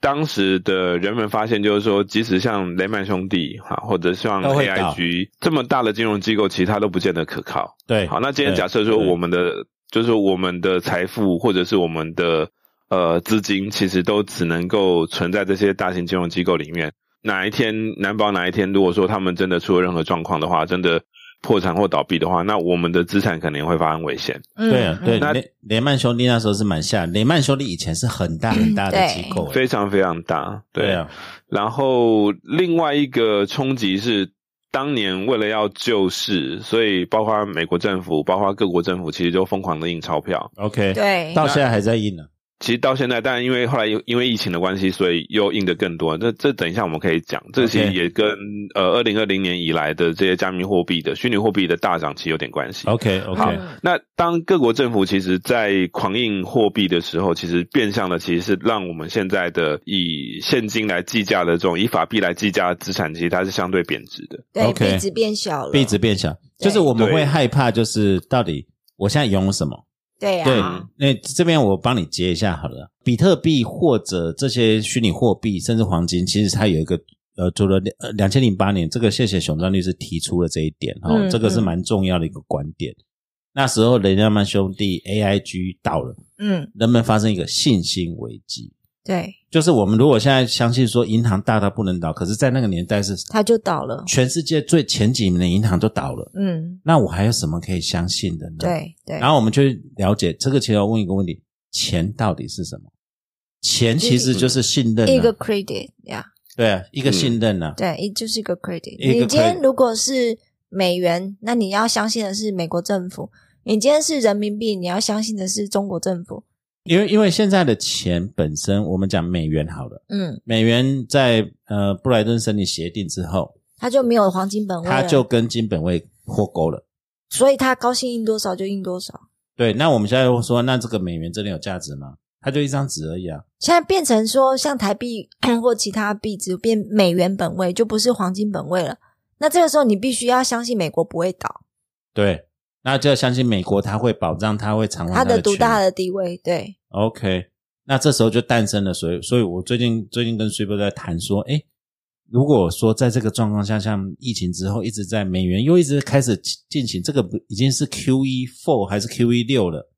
Speaker 4: 当时的人们发现，就是说，即使像雷曼兄弟哈，或者像
Speaker 1: 都会倒
Speaker 4: AIG 这么大的金融机构，其实它都不见得可靠。
Speaker 1: 对，
Speaker 4: 好，那今天
Speaker 1: 对
Speaker 4: 假设说
Speaker 1: 对
Speaker 4: 我们的就是我们的财富或者是我们的呃资金，其实都只能够存在这些大型金融机构里面。哪一天难保哪一天，如果说他们真的出了任何状况的话，真的破产或倒闭的话，那我们的资产肯定会发生危险。
Speaker 2: 嗯
Speaker 1: 对啊，对，
Speaker 4: 那
Speaker 1: 雷雷曼兄弟那时候是蛮吓，雷曼兄弟以前是很大很大的
Speaker 2: 对
Speaker 1: 机构，
Speaker 4: 非常非常大，
Speaker 1: 对啊，
Speaker 4: 然后另外一个冲击是，当年为了要救市，所以包括美国政府、包括各国政府，其实都疯狂的印钞票。
Speaker 1: ，OK，
Speaker 2: 对
Speaker 1: 到现在还在印呢。
Speaker 4: 其实到现在，但因为后来因因为疫情的关系，所以又印的更多。这这等一下我们可以讲，这其实
Speaker 1: OK
Speaker 4: 也跟呃二零二零年以来的这些加密货币的虚拟货币的大涨其实有点关系。
Speaker 2: 好
Speaker 1: OK，OK，
Speaker 4: 那当各国政府其实在狂印货币的时候，其实变相的其实是让我们现在的以现金来计价的这种以法币来计价的资产，其实它是相对贬值的。
Speaker 2: 对，
Speaker 1: OK
Speaker 2: 币值变小了，
Speaker 1: 币值变小，
Speaker 2: 对
Speaker 1: 就是我们
Speaker 4: 对
Speaker 1: 会害怕，就是到底我现在拥有什么？
Speaker 2: 对
Speaker 1: 对
Speaker 2: 啊，，
Speaker 1: 那这边我帮你截一下好了。比特币或者这些虚拟货币，甚至黄金，其实它有一个呃，除了呃两千零八年，这个谢谢熊张律师提出了这一点哈、哦
Speaker 2: 嗯
Speaker 1: 这个是蛮重要的一个观点。那时候雷纳曼兄弟 AIG 倒了，
Speaker 2: 嗯，
Speaker 1: 人们发生一个信心危机。
Speaker 2: 对，
Speaker 1: 就是我们如果现在相信说银行大到不能倒，可是，在那个年代是
Speaker 2: 它就倒了，
Speaker 1: 全世界最前几名的银行都倒了，
Speaker 2: 嗯，
Speaker 1: 那我还有什么可以相信的呢？
Speaker 2: 对对，
Speaker 1: 然后我们就了解这个，其实要问一个问题：钱到底是什么？钱其实就是信任、啊，
Speaker 2: 一个嗯 credit 呀、
Speaker 1: 对、啊、一个信任呢、啊
Speaker 2: 对，一就是一个 credit。
Speaker 1: 一个
Speaker 2: 你今天
Speaker 1: credit
Speaker 2: 如果是美元，那你要相信的是美国政府；你今天是人民币，你要相信的是中国政府。
Speaker 1: 因为因为现在的钱本身，我们讲美元好了，
Speaker 2: 嗯，
Speaker 1: 美元在呃布莱顿森林协定之后，
Speaker 2: 他就没有黄金本位了，
Speaker 1: 它就跟金本位脱钩了。
Speaker 2: 所以他高兴印多少就印多少。
Speaker 1: 对，那我们现在又说，那这个美元真的有价值吗？它就一张纸而已啊。
Speaker 2: 现在变成说，像台币 或其他币只变美元本位，就不是黄金本位了。那这个时候，你必须要相信美国不会倒，
Speaker 1: 对，那就要相信美国，它会保障，它会偿还
Speaker 2: 它
Speaker 1: 的
Speaker 2: 的独
Speaker 1: 权
Speaker 2: 大
Speaker 1: 利
Speaker 2: 的地位。对，
Speaker 1: OK，那这时候就诞生了，所以，所以我最近最近跟 Super 在谈说，诶，如果说在这个状况下，像疫情之后一直在美元又一直开始进行，这个不已经是 QE four 还是 QE 六了？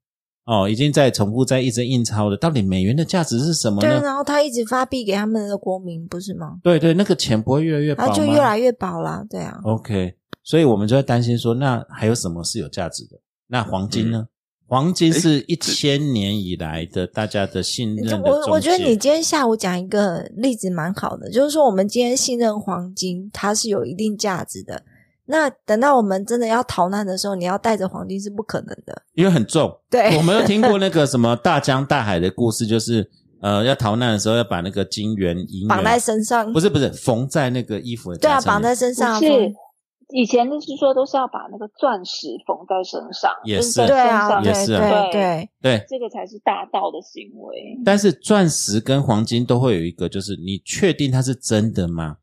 Speaker 1: 哦，已经在重复在一直印钞了。到底美元的价值是什么
Speaker 2: 对，啊
Speaker 1: 呢？
Speaker 2: 然后他一直发币给他们的国民，不是吗？
Speaker 1: 对对，那个钱不会越来越薄
Speaker 2: 他
Speaker 1: 吗？
Speaker 2: 就越来越薄啦。对啊，
Speaker 1: OK，所以我们就在担心说，那还有什么是有价值的？那黄金呢？黄金是一千年以来的大家的信任
Speaker 2: 就
Speaker 1: 的
Speaker 2: 我我
Speaker 1: 中
Speaker 2: 觉得
Speaker 1: 介
Speaker 2: 你今天下午讲一个例子蛮好的，就是说我们今天信任黄金，它是有一定价值的。那等到我们真的要逃难的时候，你要带着黄金是不可能的。
Speaker 1: 因为很重。
Speaker 2: 对
Speaker 1: 我们有听过那个什么大江大海的故事，就是呃，要逃难的时候要把那个金元银元
Speaker 2: 绑在身上
Speaker 1: 不，是不是缝在那个衣服的
Speaker 2: 对啊，
Speaker 1: 夹层
Speaker 2: 绑
Speaker 1: 里
Speaker 2: 在身上啊
Speaker 3: 不是
Speaker 2: 缝，
Speaker 3: 以前就是说都是要把那个钻石缝在身上，
Speaker 1: 也
Speaker 3: 就是在
Speaker 2: 对
Speaker 3: 身
Speaker 2: 啊，
Speaker 3: 上
Speaker 1: 也
Speaker 2: 对
Speaker 1: 是啊
Speaker 2: 对
Speaker 3: 对
Speaker 2: 对，
Speaker 1: 对。
Speaker 3: 这个才是大道的行为。
Speaker 1: 但是钻石跟黄金都会有一个，就是你确定它是真的吗？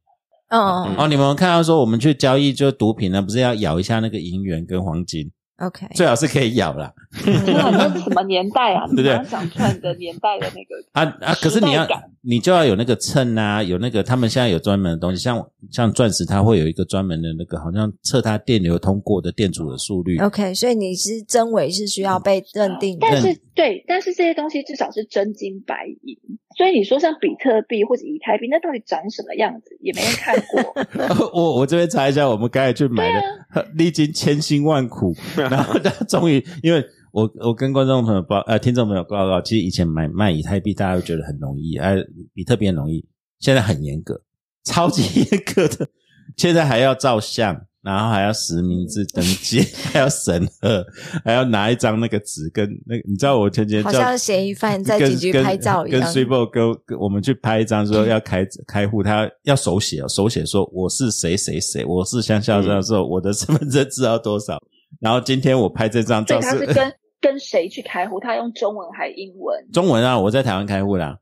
Speaker 2: 嗯
Speaker 1: 哦，你们有看到说我们去交易就毒品呢，不是要咬一下那个银元跟黄金，
Speaker 2: ，OK，
Speaker 1: 最好是可以咬啦。
Speaker 3: 天 啊，那是什么年代啊？
Speaker 1: 对不对
Speaker 3: 你马上讲出来你的年代的那个
Speaker 1: 啊啊！可是你要
Speaker 3: 时代感
Speaker 1: 你就要有那个秤啊，有那个他们现在有专门的东西，像像钻石，它会有一个专门的那个，好像测它电流通过的电阻的速率。
Speaker 2: OK，所以你是真伪是需要被认定的。
Speaker 3: 但是
Speaker 1: 认
Speaker 3: 对，但是这些东西至少是真金白银，所以你说像比特币或者以太币，那到底长什么样子也没人看 过。
Speaker 1: 我我这边查一下，我们刚才去买的，
Speaker 2: 啊
Speaker 1: 历经千辛万苦，然后他终于，因为我我跟观众朋友报呃听众朋友报告，其实以前买卖以太币大家会觉得很容易，哎、比特币很容易，现在很严格，超级严格的，现在还要照相。然后还要实名制登 记，还要审核，还要拿一张那个纸跟那个，你知道我前几天
Speaker 2: 好
Speaker 1: 叫
Speaker 2: 像嫌疑犯在
Speaker 1: 跟
Speaker 2: 警局
Speaker 1: 跟
Speaker 2: 拍照一
Speaker 1: 跟
Speaker 2: 样
Speaker 1: s u p e 跟跟我们去拍一张，说要 开开户，他要手写哦，手写说我是谁谁谁，我是乡下
Speaker 3: 嗯
Speaker 1: 教授，我的身份证字要多少。然后今天我拍这张
Speaker 3: 所
Speaker 1: 照
Speaker 3: 以他是
Speaker 1: 是
Speaker 3: 跟跟谁去开户？他用中文还英文？
Speaker 1: 中文啊，我在台湾开户啦，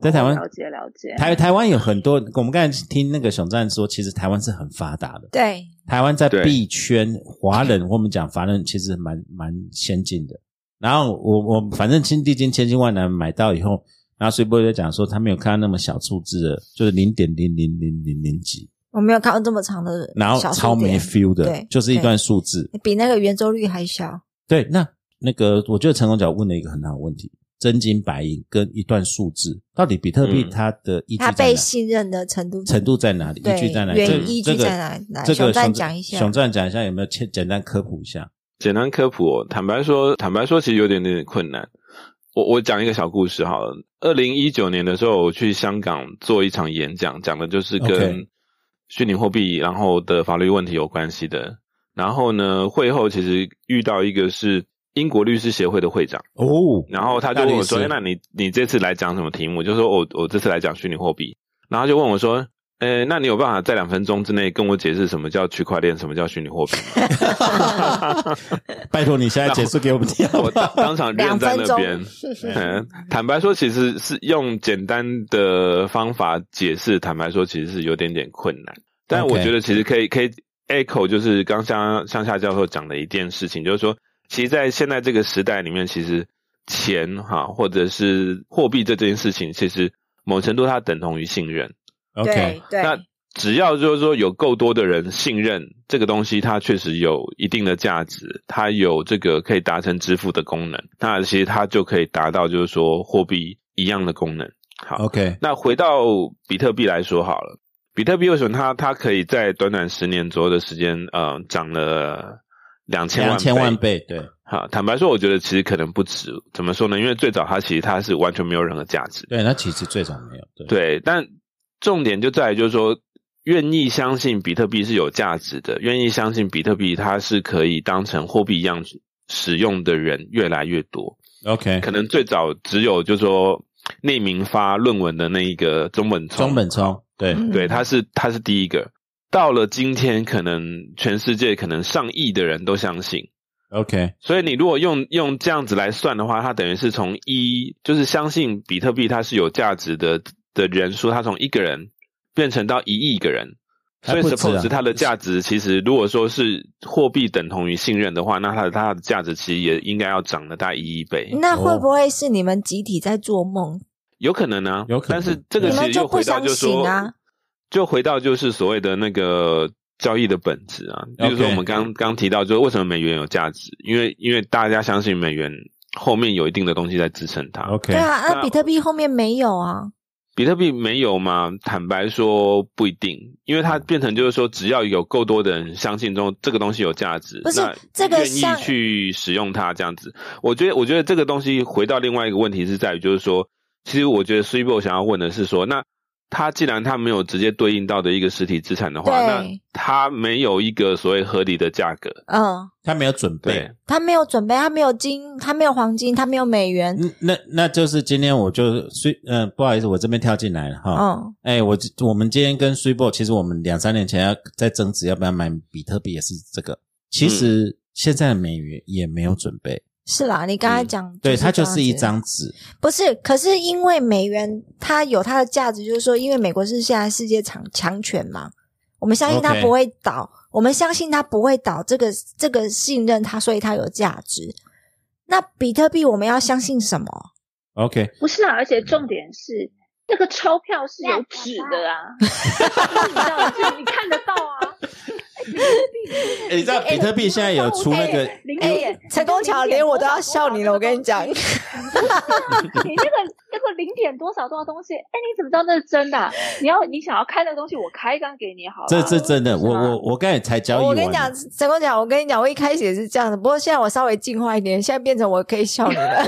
Speaker 1: 在台湾
Speaker 3: 哦了解了解。
Speaker 1: 台台湾有很多，我们刚才听那个熊赞说，其实台湾是很发达的，
Speaker 2: 对，
Speaker 1: 台湾在
Speaker 4: 对
Speaker 1: 币圈华人，我们讲华人其实蛮蛮先进的。然后我我反正经历经千辛万难买到以后，然后随波就讲说他没有看到那么小数字的，就是零点零零零零零几，
Speaker 2: 我没有看到这么长的
Speaker 1: 然后
Speaker 2: 小数
Speaker 1: 超没
Speaker 2: 点
Speaker 1: feel 的
Speaker 2: 对，
Speaker 1: 就是一段数字。
Speaker 2: 比那个圆周率还小。
Speaker 1: 对，那那个我觉得陈功角问了一个很好的问题：真金白银跟一段数字，到底比特币
Speaker 4: 嗯
Speaker 1: 它的依据
Speaker 2: 他
Speaker 1: 在
Speaker 2: 被
Speaker 1: 哪？
Speaker 2: 信任的程度
Speaker 1: 程度在哪里？
Speaker 2: 对
Speaker 1: 依据在哪里？
Speaker 2: 原
Speaker 1: 这
Speaker 2: 依据
Speaker 1: 这个
Speaker 2: 在哪里来
Speaker 1: 这
Speaker 2: 熊
Speaker 1: 个
Speaker 2: 赞
Speaker 1: 熊
Speaker 2: 讲一下
Speaker 1: 熊赞讲一下有没有简简单科普一下？
Speaker 4: 简单科普、哦，坦白说，坦白说，其实有点点困难。我我讲一个小故事好了。二零一九年的时候，我去香港做一场演讲，讲的就是跟
Speaker 1: OK
Speaker 4: 虚拟货币然后的法律问题有关系的。然后呢，会后其实遇到一个是英国律师协会的会长，
Speaker 1: 哦
Speaker 4: 然后他就问我说：“
Speaker 1: 大律师，
Speaker 4: 哎那你你这次来讲什么题目？”我就说：“我我这次来讲虚拟货币。”然后他就问我说：“呃，那你有办法在两分钟之内跟我解释什么叫区块链，什么叫虚拟货币吗？”
Speaker 1: 拜托你现在结束给我们听好
Speaker 4: 我
Speaker 1: 不
Speaker 4: 当
Speaker 1: 好？
Speaker 4: 当场愣在那边
Speaker 2: 两。
Speaker 4: 嗯，坦白说，其实是用简单的方法解释，坦白说其实是有点点困难。但
Speaker 1: OK
Speaker 4: 我觉得其实可以可以 echo，就是刚向向下教授讲的一件事情，就是说，其实，在现在这个时代里面，其实钱哈、或者是货币这件事情，其实某程度它等同于信任。
Speaker 1: OK，
Speaker 2: 对
Speaker 4: 那
Speaker 2: 对
Speaker 4: 只要就是说有够多的人信任这个东西，它确实有一定的价值，它有这个可以达成支付的功能，那其实它就可以达到就是说货币一样的功能。好，
Speaker 1: OK，
Speaker 4: 那回到比特币来说好了，比特币为什么它它可以在短短十年左右的时间，呃，涨了两千万
Speaker 1: 两千万倍，对，
Speaker 4: 好，坦白说，我觉得其实可能不止。怎么说呢？因为最早它其实它是完全没有任何价值的。
Speaker 1: 对，那其实最早没有，对，
Speaker 4: 对，但重点就在于就是说，愿意相信比特币是有价值的，愿意相信比特币它是可以当成货币一样使用的人越来越多。
Speaker 1: OK，
Speaker 4: 可能最早只有就说匿名发论文的那一个中本聪，
Speaker 1: 中本聪，对，
Speaker 2: 嗯
Speaker 4: 对，他是他是第一个。到了今天，可能全世界可能上亿的人都相信，
Speaker 1: OK，
Speaker 4: 所以你如果用用这样子来算的话，它等于是从一就是相信比特币它是有价值的的人数，它从一个人变成到一亿个人，所
Speaker 1: 还
Speaker 4: 以
Speaker 1: 不止啊
Speaker 4: suppose 它的价值其实如果说是货币等同于信任的话，那它的它的价值其实也应该要涨了大概一亿倍。
Speaker 2: 那会
Speaker 1: 哦
Speaker 2: 不会是你们集体在做梦？
Speaker 4: 有可能啊，
Speaker 1: 有可能
Speaker 4: 但是这个
Speaker 2: 你
Speaker 4: 其
Speaker 2: 们
Speaker 4: 实
Speaker 2: 就
Speaker 4: 又回到
Speaker 2: 不
Speaker 4: 就
Speaker 2: 相
Speaker 4: 说
Speaker 2: 信啊
Speaker 4: 就回到就是所谓的那个交易的本质啊。比如说
Speaker 1: OK
Speaker 4: 我们刚刚提到，就是为什么美元有价值，因为因为大家相信美元后面有一定的东西在支撑它。
Speaker 1: OK，
Speaker 2: 对啊，那
Speaker 4: 那
Speaker 2: 比特币后面没有啊。
Speaker 4: 比特币没有吗？坦白说不一定，因为
Speaker 2: 嗯
Speaker 4: 它变成就是说，只要有够多的人相信中这个东西有价值，
Speaker 2: 不是
Speaker 4: 那
Speaker 2: 这个
Speaker 4: 愿意
Speaker 2: 像
Speaker 4: 去使用它这样子。我觉得，我觉得这个东西回到另外一个问题是在于，就是说，其实我觉得 s u i b o 想要问的是说，那它既然它没有直接对应到的一个实体资产的话，
Speaker 2: 对
Speaker 4: 那它没有一个所谓合理的价格，
Speaker 2: 嗯，
Speaker 1: 他没有准备
Speaker 4: 对。
Speaker 2: 他没有准备，他没有金，他没有黄金，他没有美元。
Speaker 1: 嗯那那就是今天我就虽嗯、不好意思，我这边跳进来了哈。
Speaker 2: 嗯，
Speaker 1: 哎、我我们今天跟 s u b o 其实我们两三年前要在争执要不要买比特币，也是这个。其实现在的美元也没有准备，
Speaker 2: 是啦，你刚才讲，
Speaker 1: 嗯对，它就
Speaker 2: 这样
Speaker 1: 是一
Speaker 2: 子
Speaker 1: 张纸。
Speaker 2: 不是，可是因为美元它有它的价值，就是说，因为美国是现在世界强强权嘛，我们相信它
Speaker 1: OK
Speaker 2: 不会倒我们相信它不会倒，这个这个信任它，所以它有价值。那比特币我们要相信什么？
Speaker 1: OK，
Speaker 3: 不是啊，而且重点是那个钞票是有纸 的啊，你知道，就是你看得到啊。
Speaker 1: 哎你知道比特币现在有出那个
Speaker 3: 零
Speaker 2: 哎
Speaker 3: 点
Speaker 2: 陈功桥连我都要笑你了我跟你讲
Speaker 3: 你那个那个零点多少多少东西，哎，你怎么知道那是真的啊？你要你想要开那个东西，我开一张给你好了。
Speaker 1: 这这真的，
Speaker 3: 是
Speaker 1: 我
Speaker 3: 吗
Speaker 1: 我我刚才才交易完。
Speaker 2: 哦我跟你讲，陈功桥，我跟你讲，我一开始也是这样的，不过现在我稍微进化一点，现在变成我可以笑你了。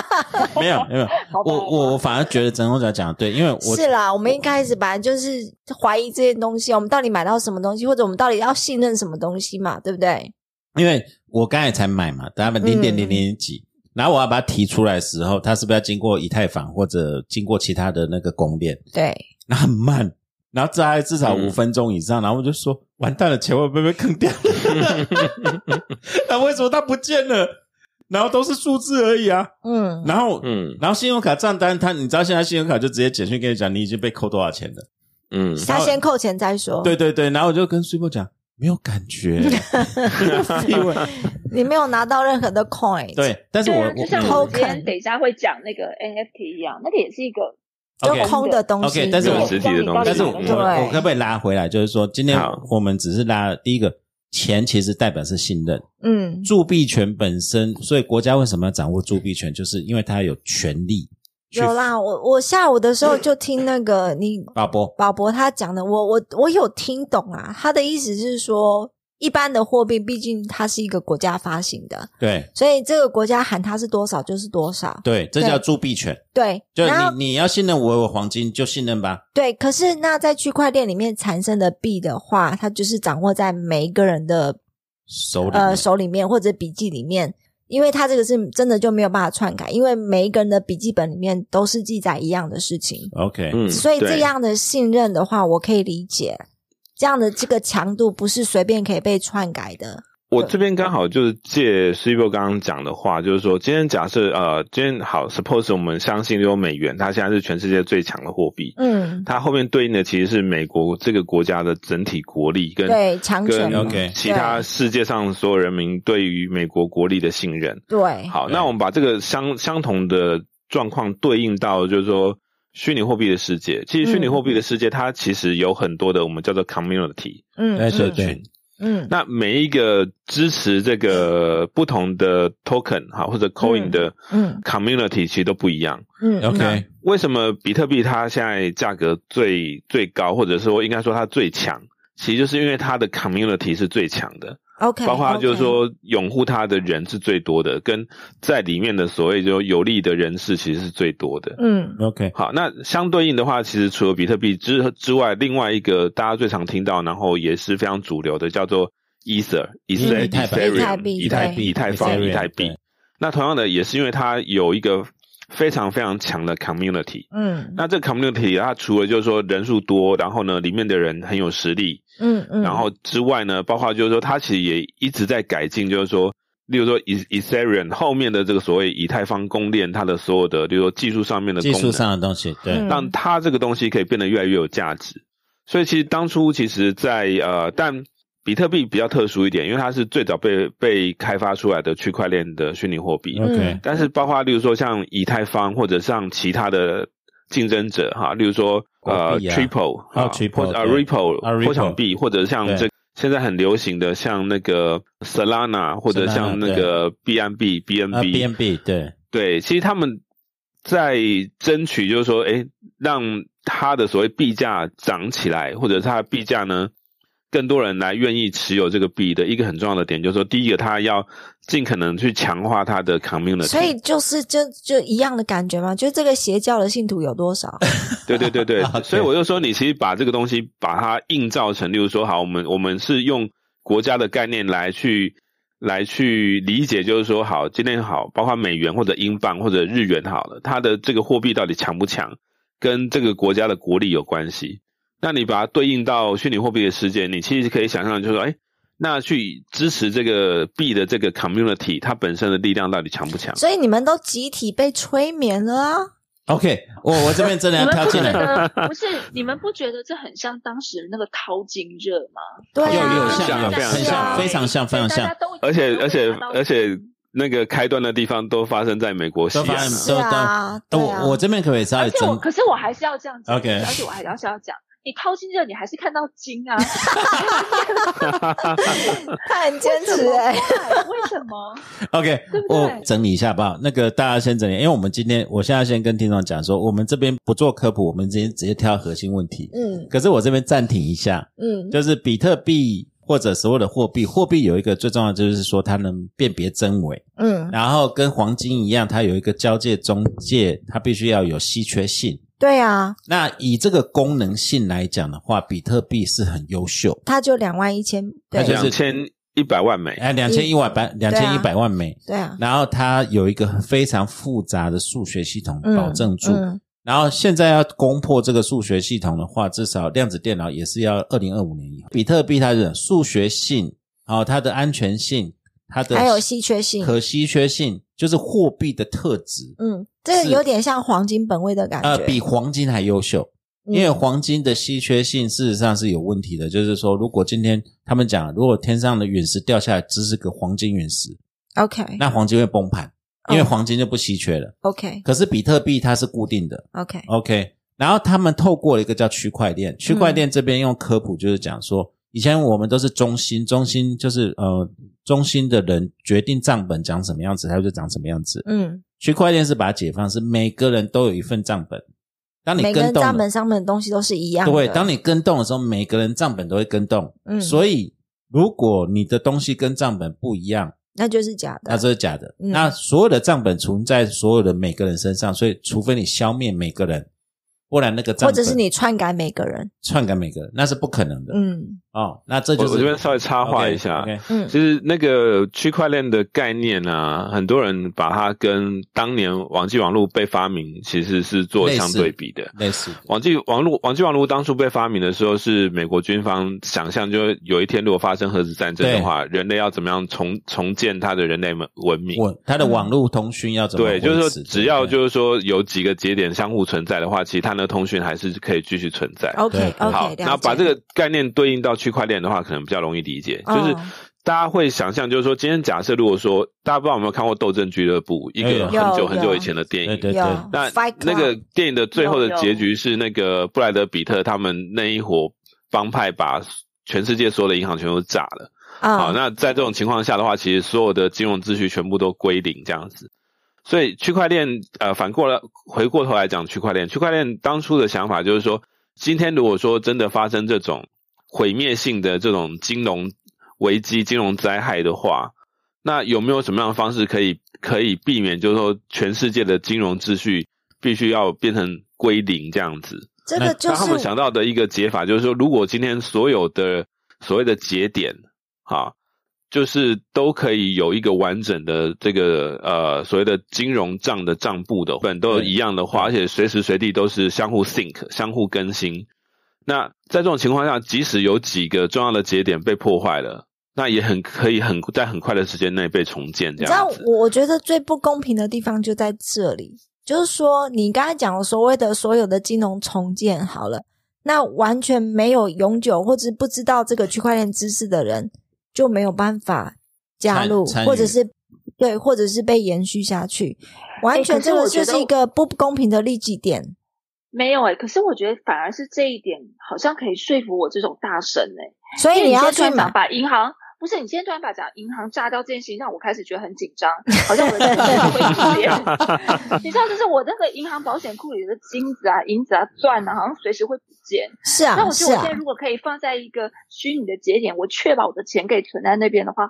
Speaker 1: 没有没有，
Speaker 3: 好吧
Speaker 1: 我我我反而觉得陈红长讲的对，因为 我
Speaker 2: 是啦，我们一开始本来就是怀疑这些东西，我们到底买到什么东西，或者我们到底要信任什么东西嘛，对不对？
Speaker 1: 因为我刚才才买嘛，他们零点零零
Speaker 3: 嗯
Speaker 1: 几，然后我要把它提出来的时候，它是不是要经过以太坊或者经过其他的那个供链？
Speaker 2: 对，
Speaker 1: 那很慢，然后这还至少
Speaker 4: 嗯
Speaker 1: 五分钟以上，然后我就说完蛋了，钱会不会被坑 掉了？那为什么它不见了？然后都是数字而已啊，
Speaker 2: 嗯，
Speaker 1: 然后。
Speaker 4: 嗯
Speaker 1: 然后信用卡账单，它你知道现在信用卡就直接简讯跟你讲，你已经被扣多少钱了。
Speaker 4: 嗯，
Speaker 2: 他先扣钱再说。
Speaker 1: 对，对对，然后我就跟 Super 讲，没有感觉，feel
Speaker 2: 你没有拿到任何的 coin。，
Speaker 1: 对，但是
Speaker 3: 对
Speaker 1: 我、
Speaker 3: 啊，就像
Speaker 1: 我
Speaker 3: 我
Speaker 2: 偷
Speaker 3: 们今
Speaker 2: 看
Speaker 3: 天等一下会讲那个 NFT 一样，那个也是一个
Speaker 2: 就
Speaker 1: OK
Speaker 2: 空的东西。
Speaker 1: OK，但是
Speaker 4: 没
Speaker 1: 我
Speaker 4: 有实体的东西
Speaker 1: 但是我
Speaker 4: 嗯
Speaker 1: 我我可不可以拉回来？就是说，今天
Speaker 4: 好
Speaker 1: 我们只是拉第一个钱，其实代表是信任，
Speaker 2: 嗯
Speaker 1: 铸币权本身，所以国家为什么要掌握铸币权，就是因为它有权利去
Speaker 2: 有啦，我我下午的时候就听那个你
Speaker 1: 发波。
Speaker 2: 宝博他讲的，我我我有听懂啊。他的意思是说，一般的货币毕竟它是一个国家发行的，
Speaker 1: 对
Speaker 2: 所以这个国家喊它是多少就是多少。
Speaker 1: 对，这
Speaker 2: 对
Speaker 1: 叫铸币权。
Speaker 2: 对，
Speaker 1: 就
Speaker 2: 然后
Speaker 1: 你你要信任我有黄金，就信任吧。
Speaker 2: 对，可是那在区块链里面产生的币的话，它就是掌握在每一个人的
Speaker 1: 手里
Speaker 2: 呃
Speaker 1: 面
Speaker 2: 手里面或者笔记里面，因为它这个是真的就没有办法篡改，因为每一个人的笔记本里面都是记载一样的事情，
Speaker 1: OK，
Speaker 4: 嗯，
Speaker 2: 所以这
Speaker 4: 对
Speaker 2: 样的信任的话，我可以理解。这样的这个强度不是随便可以被篡改的，
Speaker 4: 我这边刚好就是借 s i b o 刚刚讲的话，就是说，今天假设呃，今天好，suppose 我们相信有美元，它现在是全世界最强的货币，
Speaker 2: 嗯，
Speaker 4: 它后面对应的其实是美国这个国家的整体国力跟
Speaker 2: 对，强权
Speaker 4: 跟
Speaker 2: 嘛
Speaker 1: OK
Speaker 4: 其他世界上所有人民对于美国国力的信任。
Speaker 2: 对，
Speaker 4: 好，
Speaker 1: 对
Speaker 4: 那我们把这个相相同的状况对应到就是说虚拟货币的世界。其
Speaker 2: 嗯
Speaker 4: 实虚拟货币的世界，它其实有很多的我们叫做 community，
Speaker 2: 嗯，
Speaker 1: 哎对
Speaker 2: 嗯
Speaker 1: 对，
Speaker 2: 嗯
Speaker 4: 那每一个支持这个不同的 token 哈或者 coin
Speaker 2: 嗯
Speaker 4: 的
Speaker 2: 嗯
Speaker 4: community 其实都不一样。
Speaker 2: 嗯
Speaker 1: OK
Speaker 4: 为什么比特币它现在价格最最高，或者说应该说它最强，其实就是因为它的 community 是最强的。
Speaker 2: OK，
Speaker 4: 包括
Speaker 2: OK
Speaker 4: 就是说拥护它的人是最多的，跟在里面的所谓就有利的人士其实是最多的。
Speaker 2: 嗯
Speaker 1: OK，
Speaker 4: 好，那相对应的话，其实除了比特币之之外，另外一个大家最常听到，然后也是非常主流的，叫做 Ether、Ether、
Speaker 1: 嗯以太
Speaker 2: 币以太币
Speaker 4: 以太币、
Speaker 2: 对
Speaker 4: 以太坊、
Speaker 1: Ethereum，
Speaker 4: 以太币
Speaker 1: 对。
Speaker 4: 那同样的，也是因为它有一个非常非常强的 community。
Speaker 2: 嗯
Speaker 4: 那这个 community 它除了就是说人数多，然后呢里面的人很有实力，
Speaker 2: 嗯嗯，
Speaker 4: 然后之外呢，包括就是说它其实也一直在改进，就是说，例如说 E Ethereum 后面的这个所谓以太坊公链，它的所有的，例如说技术上面的
Speaker 1: 技
Speaker 4: 功能
Speaker 1: 术上的东西，对，
Speaker 2: 嗯
Speaker 4: 让它这个东西可以变得越来越有价值。所以其实当初其实在，呃，但比特币比较特殊一点，因为它是最早被被开发出来的区块链的虚拟货币。
Speaker 1: OK，
Speaker 4: 但是包括例如说像以太坊或者像其他的竞争者哈，例如说
Speaker 1: 国
Speaker 4: 呃
Speaker 1: 币啊
Speaker 4: Triple
Speaker 1: 啊
Speaker 4: 啊
Speaker 1: Triple，
Speaker 4: 或者啊
Speaker 1: 对
Speaker 4: Ripple
Speaker 1: 啊 Ripple
Speaker 4: 或场币，或者像
Speaker 1: 对
Speaker 4: 这现在很流行的像那个 Solana 或者
Speaker 1: Solana，
Speaker 4: 像那个 BNB
Speaker 1: 啊
Speaker 4: BNB
Speaker 1: ，BNB 对，
Speaker 4: 对，其实他们在争取，就是说，哎，让它的所谓币价涨起来，或者它的币价呢，更多人来愿意持有这个币的一个很重要的点，就是说，第一个，它要尽可能去强化它的 community。
Speaker 2: 所以就是就就一样的感觉嘛，就这个邪教的信徒有多少？
Speaker 4: 对对对对
Speaker 1: OK，
Speaker 4: 所以我就说，你其实把这个东西把它映照成，例如说，好，我们我们是用国家的概念来去来去理解，就是说，好，今天好，包括美元或者英镑或者日元好了，它的这个货币到底强不强，跟这个国家的国力有关系。那你把它对应到虚拟货币的世界，你其实可以想象，就是说，哎，那去支持这个币的这个 community，它本身的力量到底强不强？
Speaker 2: 所以你们都集体被催眠了啊！
Speaker 1: OK，我我这边真的
Speaker 3: 你
Speaker 1: 要
Speaker 3: 们
Speaker 1: 啊跳
Speaker 3: 不
Speaker 1: 进
Speaker 3: 觉
Speaker 1: 来，
Speaker 3: 得不是？你们不觉得这很像当时那个淘金热吗？
Speaker 2: 对啊，
Speaker 1: 有有像
Speaker 4: 很像
Speaker 1: 有
Speaker 4: 非常
Speaker 1: 很像
Speaker 3: 啊
Speaker 4: 像
Speaker 1: 非常像非常像，，
Speaker 4: 而且而且而
Speaker 3: 且。
Speaker 4: 且，那个开端的地方都发生在美国西
Speaker 1: 都发
Speaker 4: 岸
Speaker 1: 现
Speaker 2: 是
Speaker 4: 啊。
Speaker 2: 啊
Speaker 1: 都都，
Speaker 2: 对啊
Speaker 1: 我我这边可不可以稍微
Speaker 3: 而且我，
Speaker 1: 整？
Speaker 3: 可是我还是要这样讲
Speaker 1: OK
Speaker 3: 而且我还要是要讲，你掏金热，你还是看到 金啊，
Speaker 2: 他很坚持哎、
Speaker 3: 为什么？
Speaker 1: OK，
Speaker 3: 对不对
Speaker 1: 我整理一下好不好？那个大家先整理，因为我们今天，我现在先跟听众讲说，我们这边不做科普，我们直接直接挑核心问题。
Speaker 2: 嗯
Speaker 1: 可是我这边暂停一下，
Speaker 2: 嗯，
Speaker 1: 就是比特币或者所有的货币，货币有一个最重要的就是说它能辨别真伪，
Speaker 2: 嗯，
Speaker 1: 然后跟黄金一样，它有一个交界中介，它必须要有稀缺性。
Speaker 2: 对啊，
Speaker 1: 那以这个功能性来讲的话，比特币是很优秀，
Speaker 2: 他就两万一千，对
Speaker 1: 他就是
Speaker 4: 两千一百万美，
Speaker 1: 哎，两千一万百
Speaker 2: 啊
Speaker 1: 两千一百万美，
Speaker 2: 对啊，
Speaker 1: 然后它有一个非常复杂的数学系统
Speaker 2: 嗯
Speaker 1: 保证住，
Speaker 2: 嗯
Speaker 1: 然后现在要攻破这个数学系统的话，至少量子电脑也是要二零二五年以后。比特币它的数学性，然后它的安全性，它的
Speaker 2: 还有稀缺性
Speaker 1: 可稀缺性，就是货币的特质，
Speaker 2: 嗯，这
Speaker 1: 是
Speaker 2: 个有点像黄金本位的感觉，
Speaker 1: 呃，比黄金还优秀。
Speaker 2: 嗯
Speaker 1: 因为黄金的稀缺性事实上是有问题的，就是说，如果今天他们讲，如果天上的陨石掉下来只是个黄金陨石，
Speaker 2: OK
Speaker 1: 那黄金会崩盘，因为
Speaker 2: 哦
Speaker 1: 黄金就不稀缺了。
Speaker 2: OK
Speaker 1: 可是比特币它是固定的
Speaker 2: OK，
Speaker 1: ，OK。然后他们透过了一个叫区块链，区块
Speaker 2: 嗯
Speaker 1: 链这边用科普就是讲说，以前我们都是中心，中心就是呃，中心的人决定账本长什么样子，它就长什么样子。
Speaker 2: 嗯，
Speaker 1: 区块链是把它解放，是每个人都有一份账本。当你
Speaker 2: 每个
Speaker 1: 跟
Speaker 2: 人
Speaker 1: 动
Speaker 2: 账
Speaker 1: 了
Speaker 2: 本上面的东西都是一样的，
Speaker 1: 对，当你跟动的时候，每个人账本都会跟动。
Speaker 2: 嗯
Speaker 1: 所以如果你的东西跟账本不一样，
Speaker 2: 那就是假
Speaker 1: 那
Speaker 2: 的，
Speaker 1: 这是假的。
Speaker 2: 嗯
Speaker 1: 那所有的账本存在所有的每个人身上，所以除非你消灭每个人，不然那个账本
Speaker 2: 或者是你篡改每个人，
Speaker 1: 篡改每个人，那是不可能的。
Speaker 2: 嗯
Speaker 1: 哦，那这就
Speaker 4: 我
Speaker 1: 是
Speaker 4: 我这边稍微插话一下
Speaker 1: OK，OK，
Speaker 2: 嗯
Speaker 4: 其实那个区块链的概念啊，很多人把它跟当年网际网络被发明其实是做相对比的。
Speaker 1: 类似的
Speaker 4: 网际网络网际网络当初被发明的时候，是美国军方想象，就是有一天如果发生核子战争的话，人类要怎么样重重建它的人类文文明？
Speaker 1: 我它
Speaker 2: 嗯
Speaker 1: 的网络通讯要怎么
Speaker 4: 对，就是
Speaker 1: 维
Speaker 4: 说
Speaker 1: 持，
Speaker 4: 只要
Speaker 1: 对
Speaker 4: 就是说有几个节点相互存在的话，其实它的通讯还是可以继续存在。
Speaker 1: 对
Speaker 2: ，OK
Speaker 4: 好
Speaker 2: 哦 OK，，
Speaker 4: 那把这个概念对应到区块链的话，可能比较容易理解。
Speaker 2: 哦
Speaker 4: 就是大家会想象，就是说，今天假设如果说大家不知道有没有看过《斗争俱乐部》，一
Speaker 1: 哎有有
Speaker 4: 个很
Speaker 2: 有
Speaker 4: 久很
Speaker 2: 有
Speaker 4: 久以前的电
Speaker 1: 对
Speaker 4: 影。
Speaker 1: 对对，
Speaker 2: 有
Speaker 4: 那
Speaker 2: Fight
Speaker 4: 那个
Speaker 2: Club
Speaker 4: 电影的最后的
Speaker 3: 有有
Speaker 4: 结局是那个布莱德比特他们那一伙帮派把全世界所有的银行全都炸了。好，
Speaker 2: 啊，
Speaker 4: 那在这种情况下的话，其实所有的金融秩序全部都归零这样子。所以区块链，呃，反过来回过头来讲区块链，区块链当初的想法就是说，今天如果说真的发生这种毁灭性的这种金融危机、金融灾害的话，那有没有什么样的方式可以可以避免？就是说，全世界的金融秩序必须要变成归零这样子。
Speaker 2: 这个就
Speaker 4: 那他
Speaker 2: 是
Speaker 4: 们想到的一个解法就是说，如果今天所有的所谓的节点，哈，就是都可以有一个完整的这个呃所谓的金融账的账簿的本都
Speaker 1: 对
Speaker 4: 一样的话，而且随时随地都是相互 sync、相互更新。那在这种情况下，即使有几个重要的节点被破坏了，那也很可以很在很快的时间内被重建这
Speaker 2: 你知道
Speaker 4: 样子。
Speaker 2: 我我觉得最不公平的地方就在这里，就是说你刚才讲的所谓的所有的金融重建好了，那完全没有永久或者不知道这个区块链知识的人就没有办法加
Speaker 1: 参
Speaker 2: 入，
Speaker 1: 参与
Speaker 2: 或者是对，或者是被延续下去，完
Speaker 3: 诶
Speaker 2: 全
Speaker 3: 可是
Speaker 2: 这个
Speaker 3: 我觉
Speaker 2: 就
Speaker 3: 得
Speaker 2: 是一个不公平的利己点。
Speaker 3: 没有哎、可是我觉得反而是这一点好像可以说服我这种大神哎、
Speaker 2: 所以
Speaker 3: 因为你
Speaker 2: 要
Speaker 3: 现在突
Speaker 2: 去
Speaker 3: 然
Speaker 2: 买
Speaker 3: 讲，把银行，不是你今天突然把讲银行炸掉这件事情，让我开始觉得很紧张，好像我的人生会 突变。你知道，就是我那个银行保险库里的金子啊、银子啊、钻啊，好像随时会不见。
Speaker 2: 是
Speaker 3: 那
Speaker 2: 啊，
Speaker 3: 我
Speaker 2: 是
Speaker 3: 觉得我
Speaker 2: 啊
Speaker 3: 现在，如果可以放在一个虚拟的节点，我确保我的钱可以存在那边的话，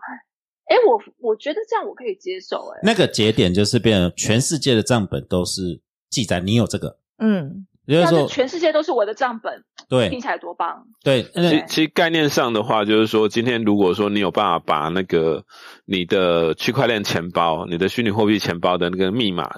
Speaker 3: 哎，我我觉得这样我可以接受。哎，
Speaker 1: 那个节点就是变成全世界的账本都是记载你有这个，
Speaker 2: 嗯，
Speaker 1: 也就是
Speaker 3: 那就
Speaker 1: 说，
Speaker 3: 全世界都是我的账本，听
Speaker 1: 对
Speaker 3: 起来多棒！
Speaker 1: 对，那哦
Speaker 4: 其其实概念上的话，就是说，今天如果说你有办法把那个你的区块链钱包、你的虚拟货币钱包的那个密码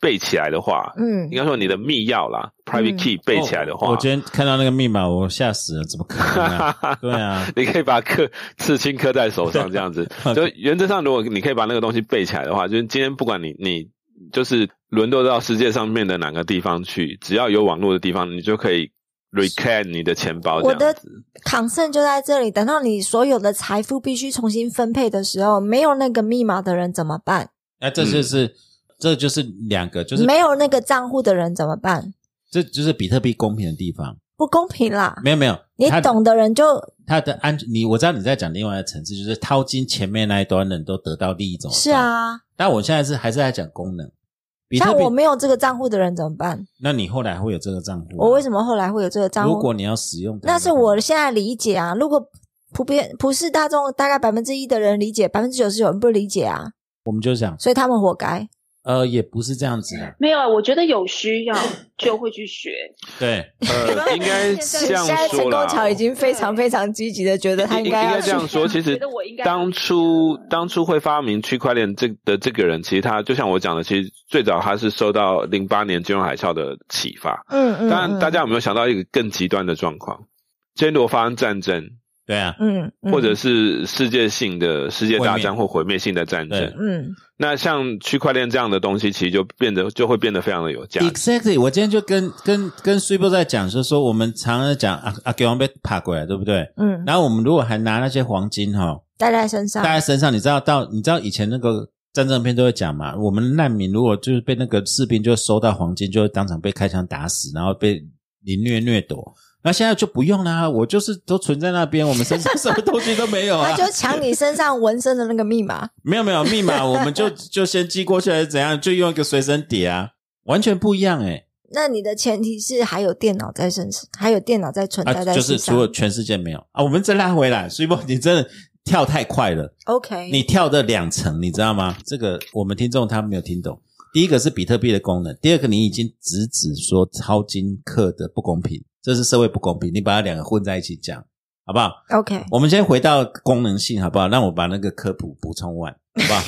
Speaker 4: 背起来的话，
Speaker 2: 嗯
Speaker 4: 应，该说你的密钥
Speaker 2: 嗯
Speaker 4: 啦、private key 背起来的话，
Speaker 1: 我今天看到那个密码，我吓死了，怎么可能啊？对啊，
Speaker 4: 你可以把刻刺青刻在手上，这样子。就原则上，如果你可以把那个东西背起来的话，就是今天不管你你就是沦落到世界上面的哪个地方去，只要有网络的地方，你就可以 reclaim 你的钱包这
Speaker 2: 我的
Speaker 4: 样子。
Speaker 2: concern 就在这里。等到你所有的财富必须重新分配的时候，没有那个密码的人怎么办？
Speaker 1: 那这就是、
Speaker 4: 嗯
Speaker 1: 这就是两个，就是
Speaker 2: 没有那个账户的人怎么办？
Speaker 1: 这就是比特币公平的地方。
Speaker 2: 不公平啦！
Speaker 1: 没有没有，
Speaker 2: 你
Speaker 1: 它
Speaker 2: 懂的人就
Speaker 1: 它的安全，你我知道你在讲另外的层次，就是掏金前面那一端人都得到利益，怎么办
Speaker 2: 是？啊，
Speaker 1: 但我现在是还是在讲功能，比特
Speaker 2: 像
Speaker 1: 币
Speaker 2: 我，没有这个账户的人怎么办？
Speaker 1: 那你后来会有这个账户吗？
Speaker 2: 我为什么后来会有这个账
Speaker 1: 如
Speaker 2: 户
Speaker 1: 果？你要使用它的话，
Speaker 2: 那是我现在理解啊。如果普遍普世大众大概百分之一的人理解，百分之九十九人不理解啊，
Speaker 1: 我们就想，
Speaker 2: 所以他们活该。
Speaker 1: 呃，也不是这样子啊的，
Speaker 3: 没有，啊我觉得有需 要就会去学。
Speaker 1: 对，
Speaker 4: 呃，应该
Speaker 3: 现
Speaker 4: 这
Speaker 2: 现
Speaker 4: 样
Speaker 2: 在陈
Speaker 4: 说啦哦
Speaker 2: 功。桥已经非常非常积极的觉得他应该
Speaker 4: 应
Speaker 2: 要
Speaker 4: 该这
Speaker 2: 去
Speaker 4: 样说，其
Speaker 3: 觉
Speaker 4: 实
Speaker 3: 得我应该
Speaker 4: 当初当初会发明区块链这的这个人，其实他就像我讲的，其实最早他是受到零八年金融海啸的启发。
Speaker 2: 嗯嗯，
Speaker 4: 当
Speaker 2: 嗯
Speaker 4: 然，大家有没有想到一个更极端的状况？今天如果发生战争，
Speaker 1: 对 啊，
Speaker 2: 嗯，嗯
Speaker 4: 或者是世界性的世界大战
Speaker 1: 毁
Speaker 4: 或毁灭性的战
Speaker 1: 对
Speaker 4: 争，
Speaker 2: 嗯，
Speaker 4: 那像区块链这样的东西，其实就变得就会变得非常的有价值。
Speaker 1: Exactly，我今天就跟跟跟 s u p e 在讲，就是说我们常常讲啊啊，给王被爬过来，对不对？
Speaker 2: 嗯，
Speaker 1: 然后我们如果还拿那些黄金哈、
Speaker 2: 带在身上
Speaker 1: 戴，在身上，你知道到你知道以前那个战争片都会讲嘛，我们难民如果就是被那个士兵就收到黄金，就会当场被开枪打死，然后被凌虐掠夺。那现在就不用啦，我就是都存在那边，我们身上什么东西都没有啊
Speaker 2: 他。就抢你身上纹身的那个密码。
Speaker 1: 没有没有密码，我们 就就先寄过去还是怎样？就用一个随身碟啊，完全不一样欸诶、
Speaker 2: 那你的前提是还有电脑在身上，还有电脑在存在
Speaker 1: 啊，
Speaker 2: 在
Speaker 1: 就
Speaker 2: 世
Speaker 1: 是
Speaker 2: 上。
Speaker 1: 除了全世界没有啊，我们再拉回来，所以不，你真的跳太快了，
Speaker 2: OK，
Speaker 1: 你跳的两层，你知道吗？这个我们听众他没有听懂。第一个是比特币的功能，第二个你已经直指说超金客的不公平，这是社会不公平，你把它两个混在一起讲，好不好？
Speaker 2: OK，
Speaker 1: 我们先回到功能性，好不好？让我把那个科普补充完，好不好？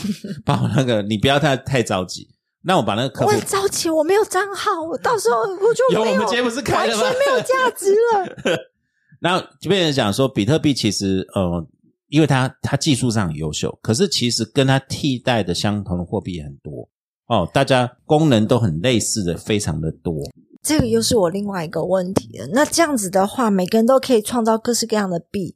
Speaker 1: 把我那个你不要太太着急，那我把那个科普
Speaker 2: 我很着急，我没有账号，我到时候我就
Speaker 1: 有
Speaker 2: 没
Speaker 1: 我们节目是开
Speaker 2: 完
Speaker 1: 的
Speaker 2: 全
Speaker 1: 吗
Speaker 2: 没有价值了。
Speaker 1: 那就变成讲说，比特币其实呃，因为它它技术上很优秀，可是其实跟它替代的相同的货币也很多哦，大家功能都很类似的，非常的多。
Speaker 2: 这个又是我另外一个问题了。那这样子的话，每个人都可以创造各式各样的币，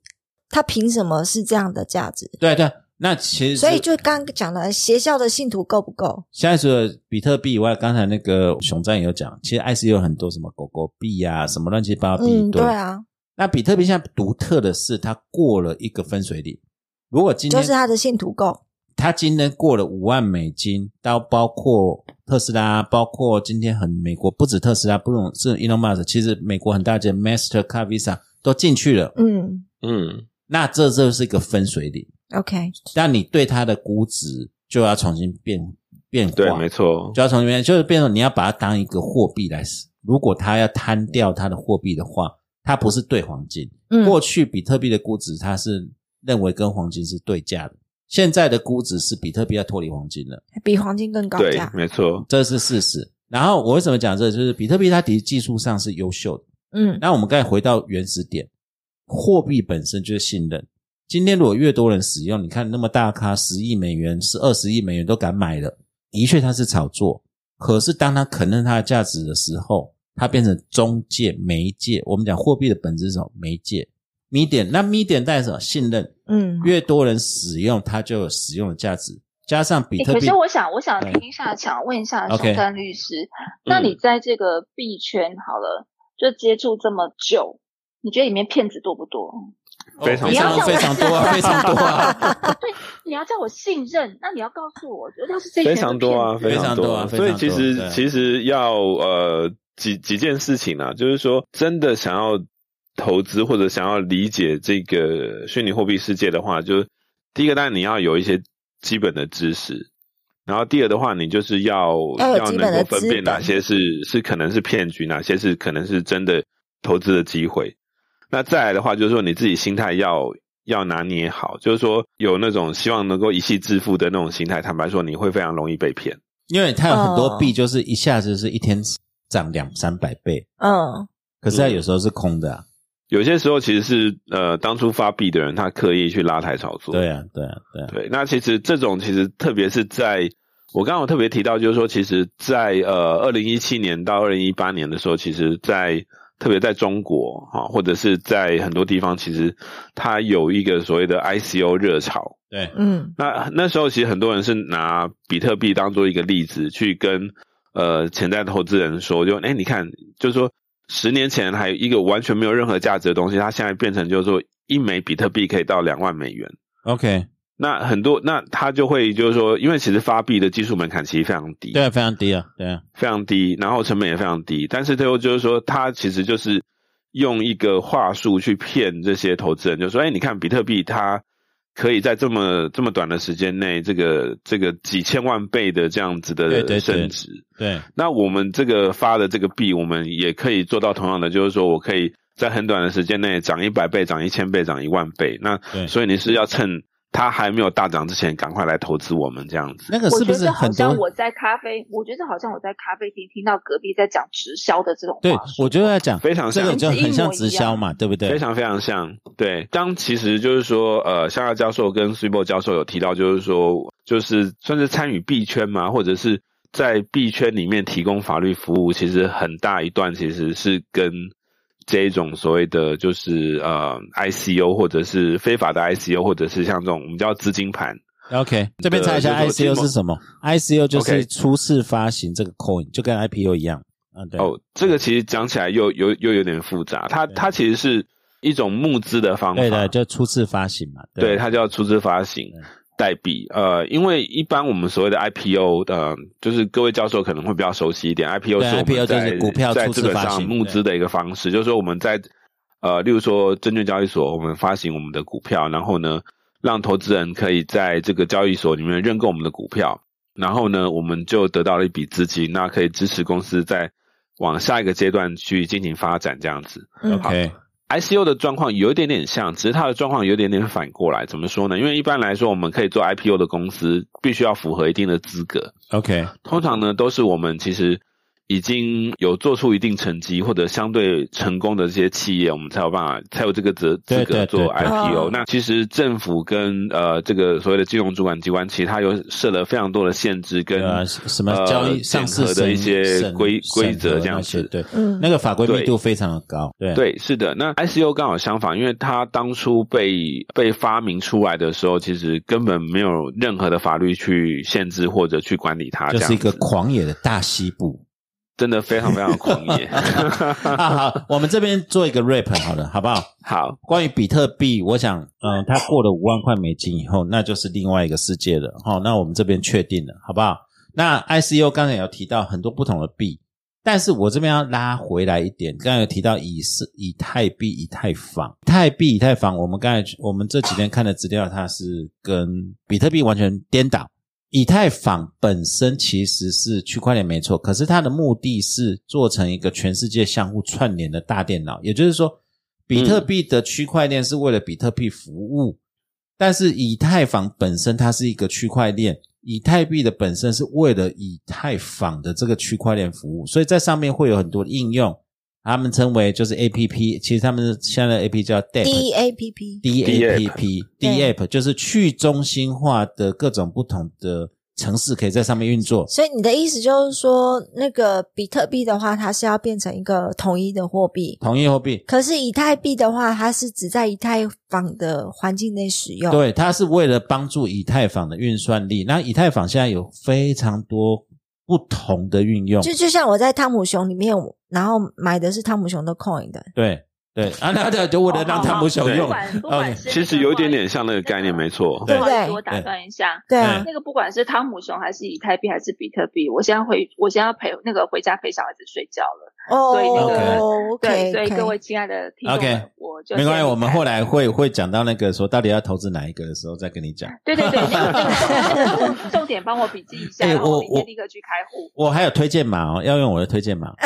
Speaker 2: 他凭什么是这样的价值？
Speaker 1: 对啊对啊，那其实
Speaker 2: 所以就刚刚讲的，邪教的信徒够不够？
Speaker 1: 现在除了比特币以外，刚才那个熊战也有讲，其实 IC 有很多什么狗狗币啊，什么乱七八糟币一
Speaker 2: 嗯，
Speaker 1: 堆。
Speaker 2: 对啊，
Speaker 1: 那比特币现在独特的是，它过了一个分水岭。如果今天
Speaker 2: 就是他的信徒够。
Speaker 1: 它今天过了五万美金，到包括特斯拉，包括今天很美国不止特斯拉，不用是 Elon Musk，其实美国很大间 Mastercard、Visa 都进去了。
Speaker 2: 嗯，
Speaker 4: 嗯，
Speaker 1: 那这就是一个分水岭。
Speaker 2: OK，
Speaker 1: 那你对它的估值就要重新变变化，
Speaker 4: 对，没错，
Speaker 1: 就要从里面就是变成你要把它当一个货币来使。如果它要摊掉它的货币的话，它不是对黄金。
Speaker 2: 嗯
Speaker 1: 过去比特币的估值，它是认为跟黄金是对价的，现在的估值是比特币要脱离黄金了，
Speaker 2: 比黄金更高
Speaker 4: 对
Speaker 2: 价，，
Speaker 4: 没错，
Speaker 1: 这是事实。然后我为什么讲这个就是比特币它其实技术上是优秀的。
Speaker 2: 嗯
Speaker 1: 那我们刚才回到原始点，货币本身就是信任。今天如果越多人使用，你看那么大咖，十亿美元、是二十亿美元都敢买了，的确它是炒作。可是当它肯认它的价值的时候，它变成中介、媒介。我们讲货币的本质是什么？媒介。medium，那 medium 代表什么？信任。
Speaker 2: 嗯，
Speaker 1: 越多人使用，它就有使用的价值。加上比
Speaker 3: 诶
Speaker 1: 特
Speaker 3: 可
Speaker 1: 币
Speaker 3: 是，我想，我想
Speaker 1: 对
Speaker 3: 听一下，想问一下
Speaker 1: OK 嗯
Speaker 3: 熊丹律师，那你在这个币圈好了，就接触这么久，你觉得里面骗子多不多？
Speaker 1: 哦
Speaker 4: 非常
Speaker 1: 非常
Speaker 3: 多
Speaker 1: 非常多啊，非常多啊。
Speaker 3: 哦你要叫我信任，那你要告诉我，要是这群
Speaker 4: 非
Speaker 3: 人
Speaker 4: 常多啊，
Speaker 3: 是骗子
Speaker 1: 常
Speaker 4: 常
Speaker 1: 多啊
Speaker 4: 啊。
Speaker 1: 非
Speaker 4: 所以
Speaker 1: 常
Speaker 4: 其
Speaker 1: 多对
Speaker 4: 实其实要呃几几件事情啊，就是说真的想要投资或者想要理解这个虚拟货币世界的话，就是第一个当然你要有一些基本的知识。然后第二的话，你就是要
Speaker 2: 要有哦基本
Speaker 4: 能
Speaker 2: 的
Speaker 4: 够分
Speaker 2: 资
Speaker 4: 辨哪
Speaker 2: 本
Speaker 4: 些是是可能是骗局，哪些是可能是真的投资的机会。那再来的话，就是说你自己心态要要拿捏好，就是说有那种希望能够一夕致富的那种心态，坦白说，你会非常容易被骗。
Speaker 1: 因为它有很
Speaker 3: 嗯
Speaker 1: 多
Speaker 2: 哦
Speaker 1: 币，就是一下子是一天涨两三百倍，
Speaker 2: 嗯
Speaker 1: 可是它有时候是空的、啊，
Speaker 4: 有些时候其实是呃，当初发币的人他刻意去拉抬炒作。
Speaker 1: 对啊，对啊，对啊，
Speaker 4: 对，那其实这种其实特别是在我刚刚有特别提到，就是说，其实在呃二零一七年到二零一八年的时候，其实在特别在中国啊，或者是在很多地方，其实它有一个所谓的 ICO 热潮。
Speaker 1: 对，
Speaker 2: 嗯
Speaker 4: 那那时候其实很多人是拿比特币当做一个例子去跟呃潜在投资人说，就哎、诶你看，就是说十年前还有一个完全没有任何价值的东西，它现在变成就是说一枚比特币可以到两万美元。
Speaker 1: OK，
Speaker 4: 那很多，那他就会就是说，因为其实发币的技术门槛其实非常低，
Speaker 1: 对啊，非常低啊，对啊，
Speaker 4: 非常低，然后成本也非常低，但是最后就是说，他其实就是用一个话术去骗这些投资人，就说，哎，你看比特币它可以在这么这么短的时间内，这个这个几千万倍的这样子
Speaker 1: 对对对
Speaker 4: 的升值，
Speaker 1: 对，啊
Speaker 4: 那我们这个发的这个币，我们也可以做到同样的，就是说我可以在很短的时间内涨一百倍、涨一千倍、涨一万倍。那
Speaker 1: 对
Speaker 4: 所以你是要趁它还没有大涨之前，赶快来投资我们这样子。
Speaker 1: 那个
Speaker 3: 我
Speaker 1: 是
Speaker 3: 觉
Speaker 1: 不
Speaker 3: 得
Speaker 1: 是
Speaker 3: 这好
Speaker 1: 很多
Speaker 3: 像？我在咖啡，我觉得这好像我在咖啡厅听到隔壁在讲直销的这种
Speaker 1: 对
Speaker 3: 话术，
Speaker 1: 我就要讲，
Speaker 4: 非常
Speaker 1: 这
Speaker 4: 像
Speaker 1: 个就很像直销嘛，对不
Speaker 4: 非
Speaker 1: 对？
Speaker 4: 常非常像，对。当其实就是说，呃，香亚教授跟 s u p e 教授有提到，就是说，就是算是参与币圈嘛，或者是在币圈里面提供法律服务，其实很大一段其实是跟这一种所谓的就是呃 ICO 或者是非法的 ICO，或者是像这种我们叫资金盘，
Speaker 1: OK，这边查一下
Speaker 4: 呃就是说
Speaker 1: ICO 是什么？ICO 就是
Speaker 4: OK
Speaker 1: 初次发行这个 coin，就跟 IPO 一样。嗯，对，
Speaker 4: 哦，这个其实讲起来又又又有点复杂，它
Speaker 1: 对
Speaker 4: 它其实是一种募资的方法，
Speaker 1: 对的，就初次发行嘛。
Speaker 4: 对，它叫出资发行
Speaker 1: 对
Speaker 4: 代币。呃，因为一般我们所谓的 IPO 的、呃，就是各位教授可能会比较熟悉一点，IPO
Speaker 1: 对
Speaker 4: 是我
Speaker 1: IPO
Speaker 4: 们
Speaker 1: 就是
Speaker 4: 在
Speaker 1: 股票
Speaker 4: 在
Speaker 1: 出资
Speaker 4: 资本
Speaker 1: 发
Speaker 4: 上
Speaker 1: 行
Speaker 4: 募
Speaker 1: 对
Speaker 4: 资的一个方式，就是说我们在呃，例如说证券交易所，我们发行我们的股票，然后呢，让投资人可以在这个交易所里面认购我们的股票，然后呢，我们就得到了一笔资金，那可以支持公司在往下一个阶段去进行发展，这样子。
Speaker 2: 嗯
Speaker 1: OK，
Speaker 4: ICO 的状况有一点点像，只是它的状况有一点点反过来。怎么说呢？因为一般来说，我们可以做 IPO 的公司必须要符合一定的资格，
Speaker 1: OK，
Speaker 4: 通常呢都是我们其实已经有做出一定成绩或者相对成功的这些企业，我们才有办法才有这个资
Speaker 1: 对对
Speaker 4: 资格做
Speaker 1: 对对
Speaker 4: IPO
Speaker 2: 哦。
Speaker 4: 那其实政府跟呃这个所谓的金融主管机关，其实它有设了非常多的限制跟
Speaker 1: 对啊，什么
Speaker 4: 呃
Speaker 1: 交易上市
Speaker 4: 审核的一些
Speaker 1: 审
Speaker 4: 规规
Speaker 1: 审
Speaker 4: 则
Speaker 1: 核
Speaker 4: 这样
Speaker 1: 那些
Speaker 4: 子。
Speaker 1: 对，
Speaker 2: 嗯
Speaker 1: 那个法规密
Speaker 4: 对
Speaker 1: 度非常的高。对，
Speaker 4: 对，是的。那 ICO 刚好相反，因为它当初被被发明出来的时候，其实根本没有任何的法律去限制或者去管理它，
Speaker 1: 就
Speaker 4: 啊这
Speaker 1: 是一
Speaker 4: 样
Speaker 1: 个
Speaker 4: 子
Speaker 1: 狂野的大西部。
Speaker 4: 真的非常非常狂 野。
Speaker 1: 啊，好，我们这边做一个 rap 好了，好不好？
Speaker 4: 好，
Speaker 1: 关于比特币，我想，嗯、它过了五万块美金以后，那就是另外一个世界了。好、那我们这边确定了，好不好？那 ICO 刚才有提到很多不同的币，但是我这边要拉回来一点，刚才有提到以是以太币、以太坊、以太币、以太坊，我们刚才我们这几天看的资料，它是跟比特币完全颠倒。以太坊本身其实是区块链没错，可是它的目的是做成一个全世界相互串联的大电脑，也就是说，比特币的区块链是为了比特币服务，但是以太坊本身它是一个区块链，以太币的本身是为了以太坊的这个区块链服务，所以在上面会有很多应用，他们称为就是 A P P，其实他们现在的 A P P 叫 DApp。
Speaker 2: D E A P P，
Speaker 1: D A P P D
Speaker 2: 对
Speaker 1: App 就是去中心化的各种不同的城市可以在上面运作。
Speaker 2: 所以你的意思就是说，那个比特币的话，它是要变成一个统一的货币，
Speaker 1: 同意货币，
Speaker 2: 可是以太币的话，它是只在以太坊的环境内使用。，
Speaker 1: 对，它是为了帮助以太坊的运算力。那以太坊现在有非常多不同的运用，
Speaker 2: 就就像我在汤姆熊里面，然后买的是汤姆熊的 coin 的，
Speaker 1: 对对啊，那那就为了让汤姆熊
Speaker 4: 好
Speaker 3: 哦不
Speaker 1: 用。
Speaker 3: 管不管
Speaker 1: OK
Speaker 3: 是
Speaker 4: 其实有一点点像那个概念，没错。
Speaker 1: 对
Speaker 3: 不好意思，
Speaker 2: 对
Speaker 3: 我打断一下。
Speaker 2: 对啊，
Speaker 3: 那个不管是汤姆熊还是以太币还是比特币，我现在回我现在要陪那个回家陪小孩子睡觉了。
Speaker 2: 哦
Speaker 3: 所以那
Speaker 1: 个
Speaker 3: 对，
Speaker 2: ，OK，
Speaker 3: 所以各位亲爱的听众
Speaker 1: OK
Speaker 3: 我就
Speaker 1: 没关系，
Speaker 3: 先
Speaker 1: 我们
Speaker 3: 离开
Speaker 1: 后来会会讲到那个说到底要投资哪一个的时候再跟你讲。
Speaker 3: 对对对，那个重点重点帮我笔记一 下，
Speaker 1: 哎
Speaker 3: 然后
Speaker 1: 我
Speaker 3: 明天
Speaker 1: 我
Speaker 3: 立刻去开户。
Speaker 1: 我还有推荐码哦，要用我的推荐码。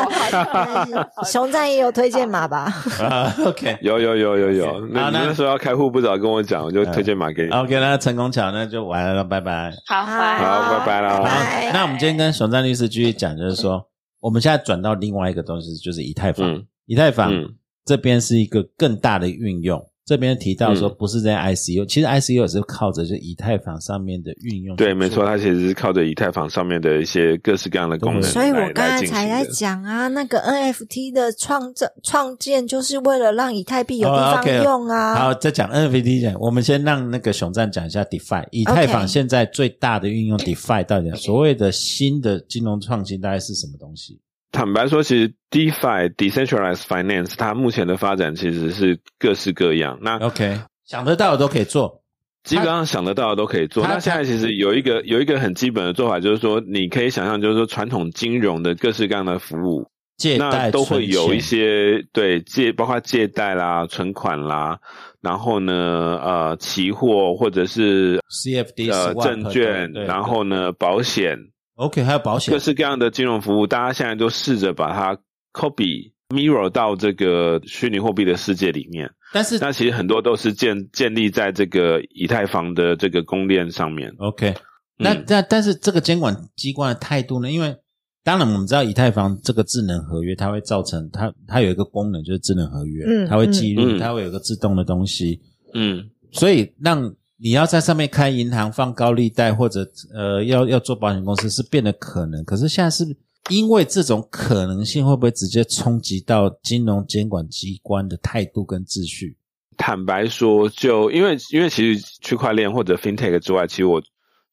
Speaker 2: 熊赞也有推荐码吧？
Speaker 1: 啊 OK
Speaker 4: 有有有有有，那
Speaker 1: 好
Speaker 4: 你
Speaker 1: 那呃
Speaker 4: 那时候要开户不早跟我讲，我就推荐码给你。好，
Speaker 1: OK，那成功巧那就完了，拜拜。
Speaker 3: 好，
Speaker 2: 好
Speaker 4: 拜拜
Speaker 1: 好
Speaker 4: 啦。
Speaker 2: 拜，
Speaker 1: 那我们今天跟熊赞律师继续讲，就是 说，我们现在转到另外一个东西，就是以太坊。
Speaker 4: 嗯
Speaker 1: 以太坊、
Speaker 4: 嗯
Speaker 1: 这边是一个更大的运用，这边提到说
Speaker 4: 嗯
Speaker 1: 不是在 ICU，、其实 ICU 也是靠着就以太坊上面的运用。
Speaker 4: 对，没错，。它其实是靠着以太坊上面的一些各式各样的功能
Speaker 2: 所以
Speaker 4: 来
Speaker 2: 我刚才
Speaker 4: 来进
Speaker 2: 才
Speaker 4: 行
Speaker 2: 在
Speaker 4: 的。
Speaker 2: 讲啊，那个 NFT 的创造创建就是为了让以太币有地
Speaker 1: 哦
Speaker 2: 方
Speaker 1: ，OK
Speaker 2: 用啊。
Speaker 1: 好，再讲 NFT 讲，我们先让那个熊赞讲一下 DeFi。以太坊
Speaker 2: OK
Speaker 1: 现在最大的运用 DeFi 到底所谓的新的金融创新大概是什么东西？
Speaker 4: 坦白说，其实 DeFi (Decentralized Finance) 它目前的发展其实是各式各样。那
Speaker 1: OK，想得到的都可以做。
Speaker 4: 基本上想得到的都可以做。
Speaker 1: 它
Speaker 4: 那现在其实有一个有一个很基本的做法，就是说你可以想象，就是说传统金融的各式各样的服务，
Speaker 1: 借
Speaker 4: 那
Speaker 1: 贷
Speaker 4: 都会有
Speaker 1: 存
Speaker 4: 一
Speaker 1: 钱
Speaker 4: 些对借，包括借贷啦、存款啦，然后呢，呃，期货或者是
Speaker 1: CFD
Speaker 4: 呃
Speaker 1: swap
Speaker 4: 证券，
Speaker 1: 对对
Speaker 4: 然后呢保险，
Speaker 1: OK 还有保险
Speaker 4: 各式各样的金融服务，大家现在都试着把它 copy mirror 到这个虚拟货币的世界里面。
Speaker 1: 但是
Speaker 4: 那其实很多都是建建立在这个以太坊的这个供链上面。
Speaker 1: OK，那
Speaker 4: 嗯
Speaker 1: 那、但是这个监管机关的态度呢？因为当然我们知道以太坊这个智能合约，它会造成它它有一个功能就是智能合约，
Speaker 2: 嗯
Speaker 1: 它会记录，
Speaker 4: 嗯
Speaker 1: 它会有一个自动的东西，
Speaker 4: 嗯，
Speaker 1: 所以让你要在上面开银行、放高利贷或者呃要要做保险公司是变得可能，可是现在是因为这种可能性会不会直接冲击到金融监管机关的态度跟秩序？
Speaker 4: 坦白说，就因为因为其实区块链或者 fintech 之外，其实我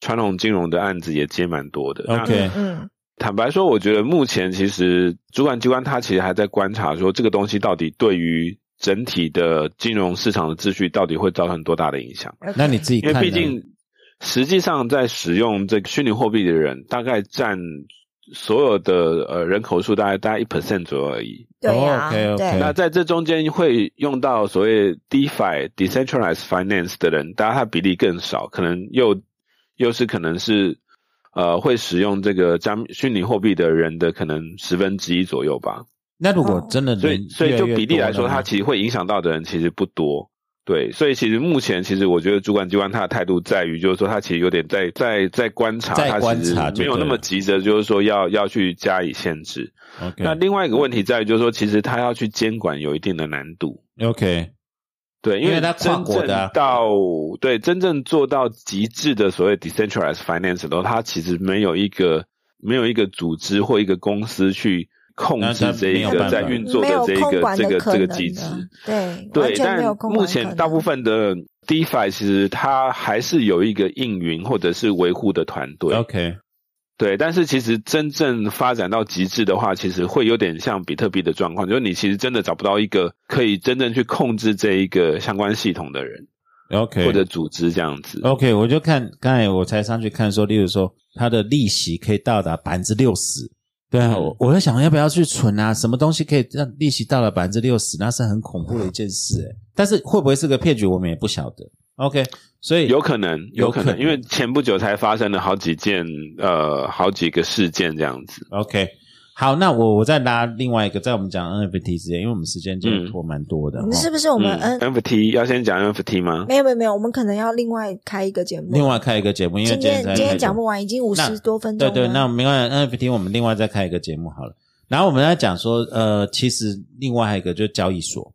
Speaker 4: 传统金融的案子也接蛮多的。那
Speaker 1: OK
Speaker 2: 嗯，
Speaker 4: 坦白说，我觉得目前其实主管机关他其实还在观察，说这个东西到底对于整体的金融市场的秩序到底会造成多大的影响。
Speaker 2: OK
Speaker 1: 那你自己
Speaker 4: 因
Speaker 1: 看呢，
Speaker 4: 为毕竟实际上在使用这个虚拟货币的人，大概占所有的呃人口数大概大概一 percent 左右而已。
Speaker 2: 对啊，
Speaker 1: OK，OK
Speaker 2: 对，
Speaker 4: 那在这中间会用到所谓 DeFi (Decentralized Finance) 的人，大家他比例更少，可能又又是可能是呃会使用这个加密虚拟货币的人的可能十分之一左右吧。
Speaker 1: 那如果
Speaker 2: 哦
Speaker 1: 真的
Speaker 4: 所
Speaker 1: 人
Speaker 4: 以所以就
Speaker 1: 嗯越
Speaker 4: 比例
Speaker 1: 越多
Speaker 4: 来说，
Speaker 1: 了
Speaker 4: 它
Speaker 1: 呢
Speaker 4: 其实会影响到的人其实不多。对，所以其实目前其实我觉得主管机关他的态度在于，就是说他其实有点在在在观察，
Speaker 1: 在
Speaker 4: 他其
Speaker 1: 观
Speaker 4: 实
Speaker 1: 察就
Speaker 4: 没有
Speaker 1: 对
Speaker 4: 那么
Speaker 1: 了
Speaker 4: 急着，就是说要要去加以限制。
Speaker 1: OK
Speaker 4: 那另外一个问题在于，就是说，其实他要去监管有一定的难度，
Speaker 1: OK，
Speaker 4: 对，
Speaker 1: 因为
Speaker 4: 为
Speaker 1: 它跨
Speaker 4: 真
Speaker 1: 国
Speaker 4: 正
Speaker 1: 的啊
Speaker 4: 到对真正做到极致的所谓 decentralized finance 的时候，它其实没有一个没有一个组织或一个公司去控
Speaker 1: 那它
Speaker 4: 制这
Speaker 1: 没
Speaker 4: 一
Speaker 1: 有
Speaker 4: 个
Speaker 1: 办法
Speaker 4: 在运作
Speaker 2: 没有
Speaker 4: 这一
Speaker 2: 控
Speaker 4: 个
Speaker 2: 管
Speaker 4: 这
Speaker 2: 的
Speaker 4: 个
Speaker 2: 可
Speaker 4: 这
Speaker 2: 能
Speaker 4: 个
Speaker 2: 的
Speaker 4: 机制。
Speaker 2: 对，完
Speaker 4: 对，
Speaker 2: 全没有
Speaker 4: 但
Speaker 2: 控管
Speaker 4: 目
Speaker 2: 的可
Speaker 4: 前
Speaker 2: 能啊
Speaker 4: 大部分的 DeFi 其实它还是有一个应云或者是维护的团队。
Speaker 1: OK
Speaker 4: 对，但是其实真正发展到极致的话，其实会有点像比特币的状况，就是你其实真的找不到一个可以真正去控制这一个相关系统的人
Speaker 1: OK
Speaker 4: 或者组织这样子。
Speaker 1: OK，我就看刚才我才上去看说，例如说它的利息可以到达百分之六十，对
Speaker 4: 嗯
Speaker 1: 啊，我我在想要不要去存啊？什么东西可以让利息到了百分之六十？那是很恐怖的一件事、欸，但是会不会是个骗局，我们也不晓得。OK，所以
Speaker 4: 有可能，有可
Speaker 1: 有
Speaker 4: 能，因为前不久才发生了好几件，呃，好几个事件这样子。
Speaker 1: OK，好，那我我再拉另外一个，在我们讲 NFT 之前，因为我们时间就拖蛮多的、
Speaker 2: 我们
Speaker 1: 齁
Speaker 2: 是不是我们
Speaker 4: 嗯
Speaker 2: 嗯？
Speaker 4: NFT 要先讲 NFT 吗？
Speaker 2: 没有没有没有，我们可能要另外开一个节目。
Speaker 1: 另外开一个节目，因为
Speaker 2: 今天
Speaker 1: 才
Speaker 2: 今
Speaker 1: 开
Speaker 2: 天
Speaker 1: 始
Speaker 2: 讲不完，已经五
Speaker 1: 那
Speaker 2: 十多分钟
Speaker 1: 对
Speaker 2: 了。
Speaker 1: 对，那我们另外 NFT 我们另外再开一个节目好了。然后我们来讲说，呃，其实另外还有一个就是交易所。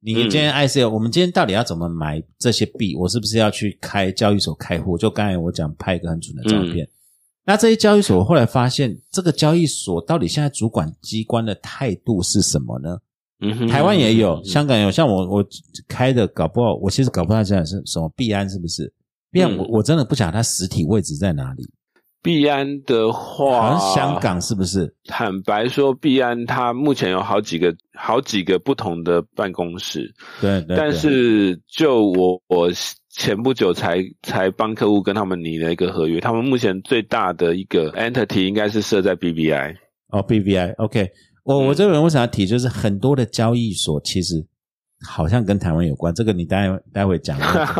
Speaker 1: 你
Speaker 4: 嗯
Speaker 1: 今天 ICO，、我们今天到底要怎么买这些币？我是不是要去开交易所开户？就刚才我讲拍一个很准的照片。那这些交易所，我后来发现，这个交易所到底现在主管机关的态度是什么呢？
Speaker 4: 嗯哼，
Speaker 1: 台湾也有，
Speaker 4: 嗯
Speaker 1: 香港也有，像我我开的，搞不好我其实搞不太清楚是什么币安是不是？币安
Speaker 4: 嗯
Speaker 1: 我我真的不晓得它实体位置在哪里，
Speaker 4: 币安的话，
Speaker 1: 好像香。港是不是？
Speaker 4: 坦白说，币安它目前有好几个、好几个不同的办公室，
Speaker 1: 对对。
Speaker 4: 但
Speaker 1: 对
Speaker 4: 是就我我前不久才才帮客户跟他们拟了一个合约，他们目前最大的一个 entity 应该是设在 BBI。
Speaker 1: 哦，BVI，OK，、我我
Speaker 4: 嗯
Speaker 1: 这边为想要提，就是很多的交易所其实好像跟台湾有关，这个你待会待会讲。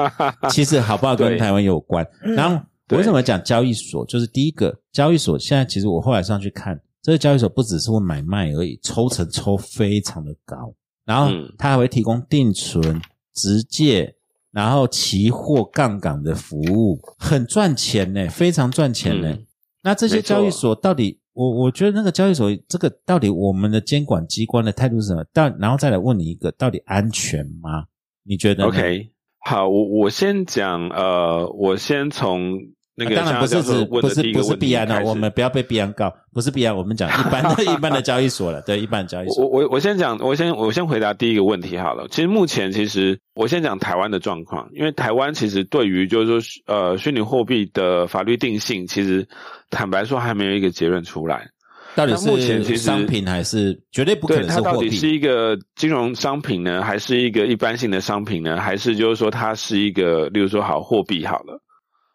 Speaker 1: 其实好不好跟
Speaker 4: 对
Speaker 1: 台湾有关。
Speaker 2: 嗯
Speaker 1: 然后我
Speaker 4: 对
Speaker 1: 为什么讲交易所？就是第一个交易所，现在其实我后来上去看，这个交易所不只是会买卖而已，抽成抽非常的高，然后
Speaker 4: 嗯
Speaker 1: 它还会提供定存、直借，然后期货、杠杆的服务，很赚钱呢、非常赚钱呢、
Speaker 4: 嗯
Speaker 1: 那这些
Speaker 4: 没错
Speaker 1: 交易所到底，我我觉得那个交易所这个到底我们的监管机关的态度是什么？到然后再来问你一个，到底安全吗？你觉得呢
Speaker 4: OK，好，我我先讲，呃，我先从那个
Speaker 1: 啊当然不是
Speaker 4: 香港教授
Speaker 1: 指
Speaker 4: 问
Speaker 1: 不
Speaker 4: 的
Speaker 1: 是
Speaker 4: 第一个
Speaker 1: 不是
Speaker 4: 问题
Speaker 1: 必安哦，
Speaker 4: 开始
Speaker 1: 我们不要被必安告，不是必安，我们讲一般 的一般的交易所了，对，一般的交易
Speaker 4: 我
Speaker 1: 所，
Speaker 4: 我我先讲，我先我先回答第一个问题好了。其实目前其实我先讲台湾的状况，因为台湾其实对于就是说呃虚拟货币的法律定性，其实坦白说还没有一个结论出来。
Speaker 1: 到底
Speaker 4: 那目前
Speaker 1: 是
Speaker 4: 其实
Speaker 1: 商品还是绝对不可
Speaker 4: 对
Speaker 1: 能
Speaker 4: 它
Speaker 1: 是
Speaker 4: 到
Speaker 1: 货
Speaker 4: 底是
Speaker 1: 币？
Speaker 4: 一个金融商品呢，还是一个一般性的商品呢？还是就是说它是一个，例如说好货币好了。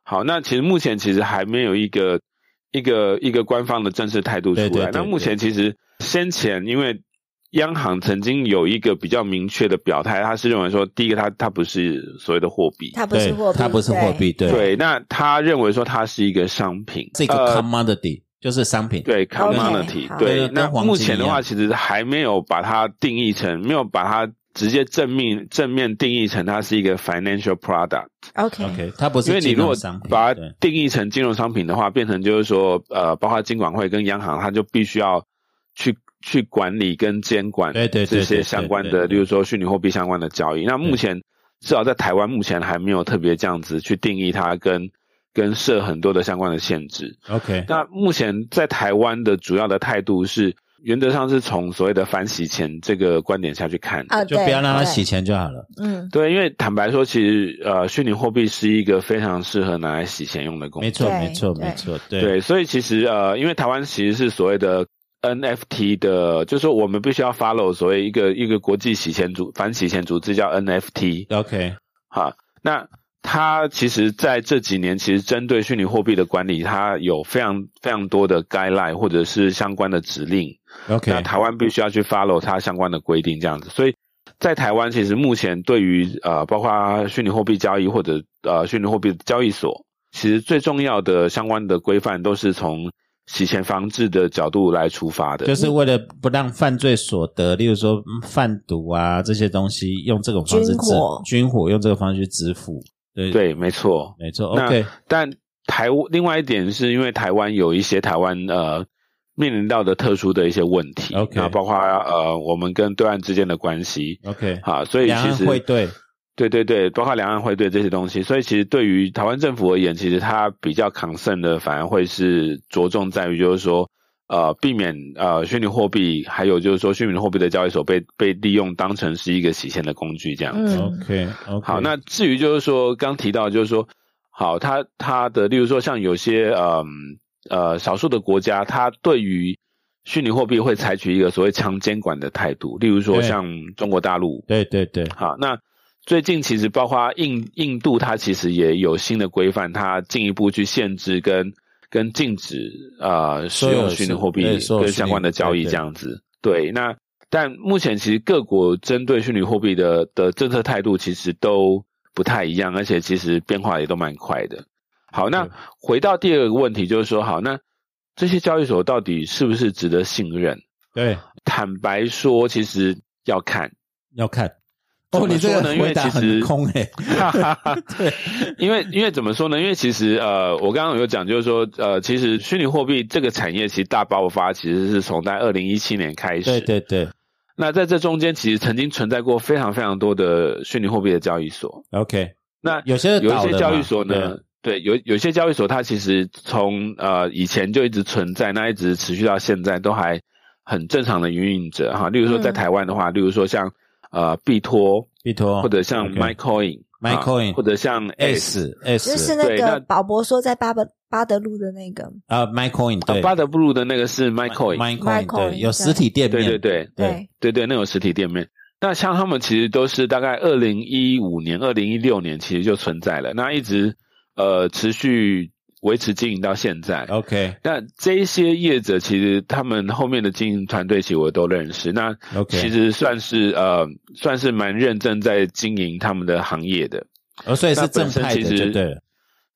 Speaker 4: 好，那其实目前其实还没有一个一个一个官方的正式态度出来。
Speaker 1: 对对对
Speaker 4: 那目前其实先前因为央行曾经有一个比较明确的表态，它是认为说，第一个它它不是所谓的货币，
Speaker 2: 它不
Speaker 1: 对
Speaker 2: 是货，币，
Speaker 1: 它不是货币，对，
Speaker 4: 对，那它认为说它是一个商品，
Speaker 1: 是一个
Speaker 4: 呃
Speaker 1: commodity，就是商品，
Speaker 4: 对
Speaker 2: OK，
Speaker 4: commodity，、
Speaker 2: 好
Speaker 1: 对
Speaker 4: 对。
Speaker 1: 跟
Speaker 4: 那
Speaker 1: 黄
Speaker 4: 目
Speaker 1: 金
Speaker 4: 前的
Speaker 1: 一样
Speaker 4: 话，其实还没有把它定义成，没有把它直接正面正面定义成它是一个 financial product，
Speaker 2: OK，
Speaker 1: ，OK，它不
Speaker 4: 因
Speaker 1: 是
Speaker 4: 为你
Speaker 1: 金
Speaker 4: 如
Speaker 1: 融
Speaker 4: 果
Speaker 1: 商品，
Speaker 4: 把它
Speaker 1: 对
Speaker 4: 定义成金融商品的话，变成就是说，呃，包括金管会跟央行，它就必须要去去管理跟监管
Speaker 1: 对对对
Speaker 4: 这
Speaker 1: 对对
Speaker 4: 些相关
Speaker 1: 对对
Speaker 4: 的，例如说虚拟货币相关的交易。那目前至少在台湾，目前还没有特别这样子去定义它跟跟设很多的相关的限制。
Speaker 1: ，OK，
Speaker 4: 那目前在台湾的主要的态度是，原则上是从所谓的反洗钱这个观点下去看的。
Speaker 2: 啊，
Speaker 1: 就不要让它
Speaker 2: 对
Speaker 1: 洗，钱就好了，
Speaker 2: 对嗯，
Speaker 4: 对，因为坦白说，其实呃，虚拟货币是一个非常适合拿来洗钱用的工
Speaker 1: 没
Speaker 4: 具。
Speaker 1: 错，
Speaker 2: 对
Speaker 1: 没错，
Speaker 2: 对
Speaker 1: 没错，对，
Speaker 4: 对，所以其实呃，因为台湾其实是所谓的 NFT 的，就是说我们必须要 follow 所谓一个一个国际洗钱组反洗钱组织叫 NFT。
Speaker 1: ，OK，
Speaker 4: 哈，那它其实在这几年，其实针对虚拟货币的管理，它有非常非常多的 guideline 或者是相关的指令。那
Speaker 1: OK，
Speaker 4: 台湾必须要去 follow 它相关的规定，这样子。所以在台湾，其实目前对于呃，包括虚拟货币交易或者呃虚拟货币交易所，其实最重要的相关的规范都是从洗钱防治的角度来出发的。
Speaker 1: 就是为了不让犯罪所得，例如说嗯贩毒啊这些东西，用这种方式
Speaker 2: 军
Speaker 1: 支
Speaker 2: 火
Speaker 1: 军火用这个方式去支付，对，
Speaker 4: 对，没错。
Speaker 1: 没错
Speaker 4: 那
Speaker 1: ，OK，
Speaker 4: 但台另外一点是因为台湾有一些台湾呃面临到的特殊的一些问题
Speaker 1: OK
Speaker 4: 那包括呃我们跟对岸之间的关系
Speaker 1: OK，
Speaker 4: 啊，所以
Speaker 1: 两
Speaker 4: 其
Speaker 1: 岸
Speaker 4: 实
Speaker 1: 会对
Speaker 4: 对对对，包括两岸会对这些东西，所以其实对于台湾政府而言，其实它比较 concern 的反而会是着重在于就是说。呃，避免呃虚拟货币，还有就是说虚拟货币的交易所被被利用当成是一个洗钱的工具这样子。
Speaker 2: 嗯，
Speaker 1: ，OK OK，
Speaker 4: 好，那至于就是说刚提到，就是说，好，它它的，例如说像有些嗯呃少数的国家，它对于虚拟货币会采取一个所谓强监管的态度，例如说
Speaker 1: 对
Speaker 4: 像中国大陆，
Speaker 1: 对对对
Speaker 4: 好，那最近其实包括印印度，它其实也有新的规范，它进一步去限制跟跟禁止呃使
Speaker 1: 所有
Speaker 4: 用
Speaker 1: 是
Speaker 4: 虚拟货币
Speaker 1: 对所有
Speaker 4: 跟
Speaker 1: 虚拟
Speaker 4: 相关的交易
Speaker 1: 对对
Speaker 4: 这样子。对，那但目前其实各国针对虚拟货币的的政策态度其实都不太一样，而且其实变化也都蛮快的。好，那
Speaker 1: 对
Speaker 4: 回到第二个问题，就是说，好，那这些交易所到底是不是值得信任？
Speaker 1: 对，
Speaker 4: 坦白说，其实要看，
Speaker 1: 要看。
Speaker 4: 怎
Speaker 1: 哦，
Speaker 4: 么
Speaker 1: 你这
Speaker 4: 说
Speaker 1: 个
Speaker 4: 呢因为
Speaker 1: 回答
Speaker 4: 其
Speaker 1: 很
Speaker 4: 实
Speaker 1: 空 哎、
Speaker 4: 哈哈哈，对，因为因为怎么说呢？因为其实呃，我刚刚有讲，就是说呃，其实虚拟货币这个产业其实大爆发，其实是从在二零一七年开始。
Speaker 1: 对对对
Speaker 4: 那在这中间，其实曾经存在过非常非常多的虚拟货币的交易所。
Speaker 1: ，OK，
Speaker 4: 那
Speaker 1: 有些
Speaker 4: 有一
Speaker 1: 倒的
Speaker 4: 些
Speaker 1: 嘛
Speaker 4: 交易所
Speaker 1: 对
Speaker 4: 呢，对，有有些交易所它其实从呃以前就一直存在，那一直持续到现在都还很正常的运营者哈。例如说在
Speaker 2: 嗯
Speaker 4: 台湾的话，例如说像呃币托
Speaker 1: 币托
Speaker 4: 或者像
Speaker 1: 哦 OK
Speaker 4: MyCoin、啊
Speaker 1: MyCoin
Speaker 4: 或者像 S。
Speaker 1: S
Speaker 2: 就是
Speaker 1: S
Speaker 2: 那
Speaker 4: 对那
Speaker 2: 个宝博说在巴德巴德路的那个，
Speaker 1: 啊，MyCoin
Speaker 4: 啊
Speaker 1: 对，
Speaker 4: 巴德布鲁的那个是 MyCoin，
Speaker 1: MyCoin 对，
Speaker 2: MyCoin，
Speaker 1: 有实体店
Speaker 4: 对
Speaker 1: 面，
Speaker 4: 对对
Speaker 1: 对
Speaker 2: 对，
Speaker 4: 对对，那种实体店面。那像他们其实都是大概二零一五年、二零一六年其实就存在了，那一直呃持续维持经营到现在。
Speaker 1: ，OK
Speaker 4: 那这一些业者其实他们后面的经营团队其实我都认识，那
Speaker 1: OK，
Speaker 4: 其实算是呃算是蛮认真在经营他们的行业的。
Speaker 1: 哦，所以是
Speaker 4: 那
Speaker 1: 正
Speaker 4: 本身
Speaker 1: 派的
Speaker 4: 其实
Speaker 1: 就对了，